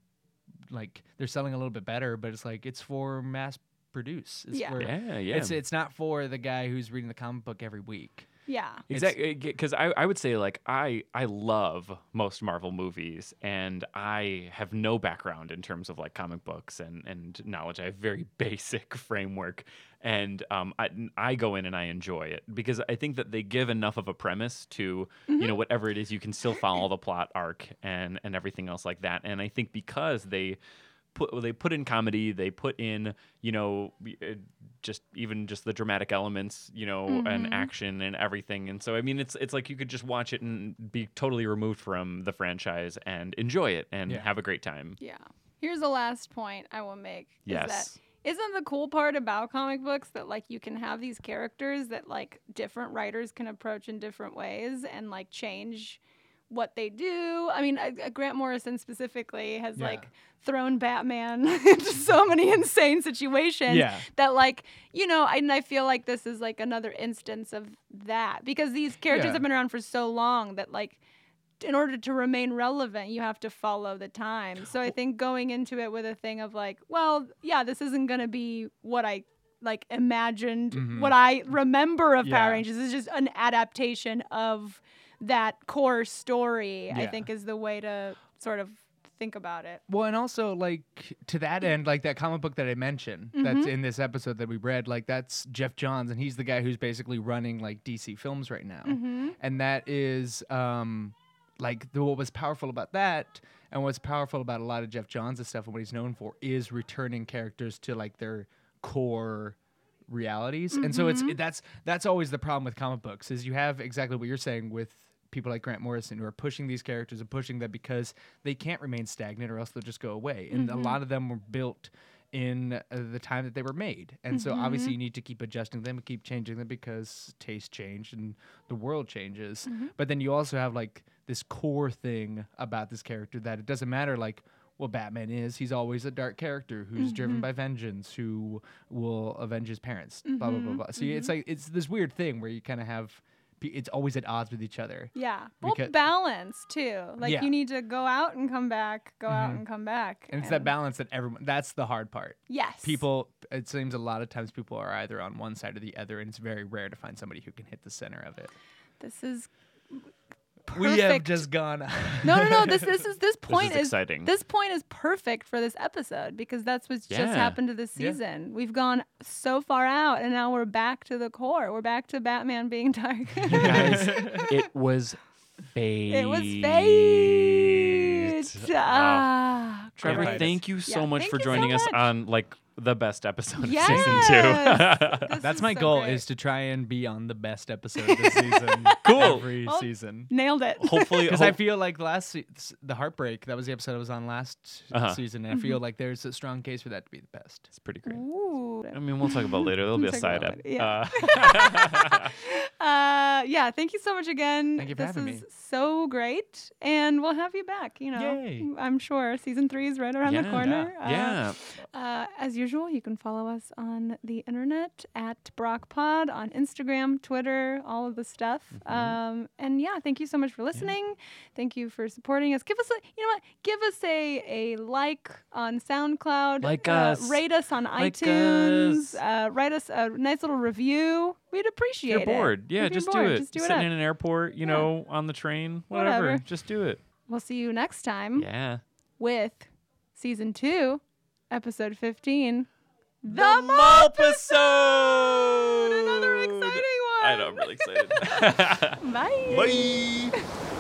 Speaker 6: like they're selling a little bit better, but it's like it's for mass produce. It's
Speaker 4: Yeah.
Speaker 5: <laughs>
Speaker 6: for-
Speaker 5: yeah, yeah.
Speaker 6: It's it's not for the guy who's reading the comic book every week.
Speaker 4: Yeah.
Speaker 5: Exactly, because eh, I, I would say like I I love most Marvel movies, and I have no background in terms of like comic books and and knowledge. I have very <laughs> basic framework, and um I I go in and I enjoy it because I think that they give enough of a premise to you know whatever it is you can still follow the plot arc and and everything else like that. And I think because they put well, they put in comedy they put in you know b- uh, just even just the dramatic elements you know
Speaker 4: Mm-hmm.
Speaker 5: and action and everything and so i mean it's it's like you could just watch it and be totally removed from the franchise and enjoy it and
Speaker 6: Yeah.
Speaker 5: have a great time
Speaker 4: Yeah. Here's the last point I will make. Is
Speaker 5: Yes.
Speaker 4: That isn't the cool part about comic books that like you can have these characters that like different writers can approach in different ways and like change what they do. I mean, I, I- Grant Morrison specifically has
Speaker 6: Yeah.
Speaker 4: like thrown Batman <laughs> into so many <laughs> insane situations
Speaker 6: Yeah.
Speaker 4: that like, you know, and I feel like this is like another instance of that because these characters
Speaker 6: Yeah.
Speaker 4: have been around for so long that like in order to remain relevant, you have to follow the time. So I think going into it with a thing of like, well, yeah, this isn't going to be what I like imagined, what I remember of
Speaker 6: Mm-hmm. Yeah.
Speaker 4: Power Rangers. This is just an adaptation of that core story, I
Speaker 6: Yeah.
Speaker 4: think is the way to sort of think about it.
Speaker 6: Well, and also like to that end, like that comic book that I mentioned that's in this episode that we read, like that's Jeff Johns, and he's the guy who's basically running like DC Films right now, and that is um, like the, what was powerful about that, and what's powerful about a lot of Jeff Johns' stuff and what he's known for is returning characters to like their core realities, and so it's that's that's always the problem with comic books is you have exactly what you're saying with people like Grant Morrison who are pushing these characters and pushing them because they can't remain stagnant or else they'll just go away. And a lot of them were built in uh, the time that they were made. And so obviously you need to keep adjusting them and keep changing them because taste change and the world changes. But then you also have like this core thing about this character that it doesn't matter like what Batman is. He's always a dark character who's driven by vengeance, who will avenge his parents. Blah blah blah blah. So it's like it's this weird thing where you kind of have pe- it's always at odds with each other.
Speaker 4: Yeah. Well,
Speaker 6: Because-
Speaker 4: balance too. Like
Speaker 6: Yeah. Mm-hmm.
Speaker 4: you need to go out and come back, go out and come back.
Speaker 6: And it's that balance that everyone, that's the hard part.
Speaker 4: Yes.
Speaker 6: People, it seems a lot of times people are either on one side or the other, and it's very rare to find somebody who can hit the center of it.
Speaker 4: This is
Speaker 6: We have
Speaker 4: Perfect.
Speaker 6: just gone.
Speaker 4: no, no, no. This, this is this point is,
Speaker 5: exciting.
Speaker 4: This point is perfect for this episode because that's what's
Speaker 5: Yeah.
Speaker 4: just happened to this
Speaker 6: Yeah.
Speaker 4: season. We've gone so far out, and now we're back to the core. We're back to Batman being dark.
Speaker 5: <laughs> Guys, it was fate.
Speaker 4: it was fate.
Speaker 5: Wow.
Speaker 4: Ah,
Speaker 5: Trevor,
Speaker 4: great.
Speaker 5: thank you so
Speaker 4: Yeah,
Speaker 5: much
Speaker 4: thank
Speaker 5: for
Speaker 4: you so
Speaker 5: joining us
Speaker 4: much.
Speaker 5: on like the best episode of
Speaker 4: Yes.
Speaker 5: season two. <laughs>
Speaker 4: This
Speaker 6: That's
Speaker 4: is
Speaker 6: my
Speaker 4: so
Speaker 6: goal
Speaker 4: great.
Speaker 6: is to try and be on the best episode this season.
Speaker 5: Cool.
Speaker 6: Every
Speaker 4: Well,
Speaker 6: season.
Speaker 4: nailed it.
Speaker 5: Hopefully,
Speaker 6: Because I
Speaker 5: hope-
Speaker 6: feel like last se- s- the heartbreak that was the episode I was on last
Speaker 5: Uh-huh.
Speaker 6: season, and I feel like there's a strong case for that to be the best.
Speaker 5: it's pretty great.
Speaker 4: Ooh.
Speaker 5: I mean, we'll talk about it later. There'll be
Speaker 4: Mm.
Speaker 5: a
Speaker 4: Talk
Speaker 5: side
Speaker 4: about
Speaker 5: up.
Speaker 4: it, yeah.
Speaker 5: Uh,
Speaker 4: Uh, yeah, thank you so much again.
Speaker 6: Thank you for
Speaker 4: this
Speaker 6: having
Speaker 4: is
Speaker 6: me.
Speaker 4: so great, and we'll have you back. You know,
Speaker 6: Yay.
Speaker 4: I'm sure season three is right <laughs> around the
Speaker 5: Yeah.
Speaker 4: corner. Uh,
Speaker 5: yeah.
Speaker 4: Uh, as usual, you can follow us on the internet at BrockPod on Instagram, Twitter, all of the stuff.
Speaker 5: Mm-hmm.
Speaker 4: Um, and yeah, thank you so much for listening. Thank you for supporting us. Give us a, you know what? Give us a a like on SoundCloud.
Speaker 5: Like
Speaker 4: uh,
Speaker 5: us.
Speaker 4: Rate us on
Speaker 5: Like
Speaker 4: iTunes.
Speaker 5: us.
Speaker 4: Uh, write us a nice little review. We'd appreciate
Speaker 5: You're
Speaker 4: it.
Speaker 5: bored. Yeah,
Speaker 4: If you're
Speaker 5: just
Speaker 4: bored,
Speaker 5: do it.
Speaker 4: Just do
Speaker 5: Sitting
Speaker 4: it.
Speaker 5: in
Speaker 4: up.
Speaker 5: an airport, you know, on the train, whatever.
Speaker 4: Whatever. Mm.
Speaker 5: Just do it.
Speaker 4: We'll see you next time
Speaker 5: Yeah.
Speaker 4: with season two, episode fifteen. The,
Speaker 5: episode.
Speaker 4: Another exciting one.
Speaker 5: I know. I'm really excited.
Speaker 4: <laughs> Bye.
Speaker 5: Bye.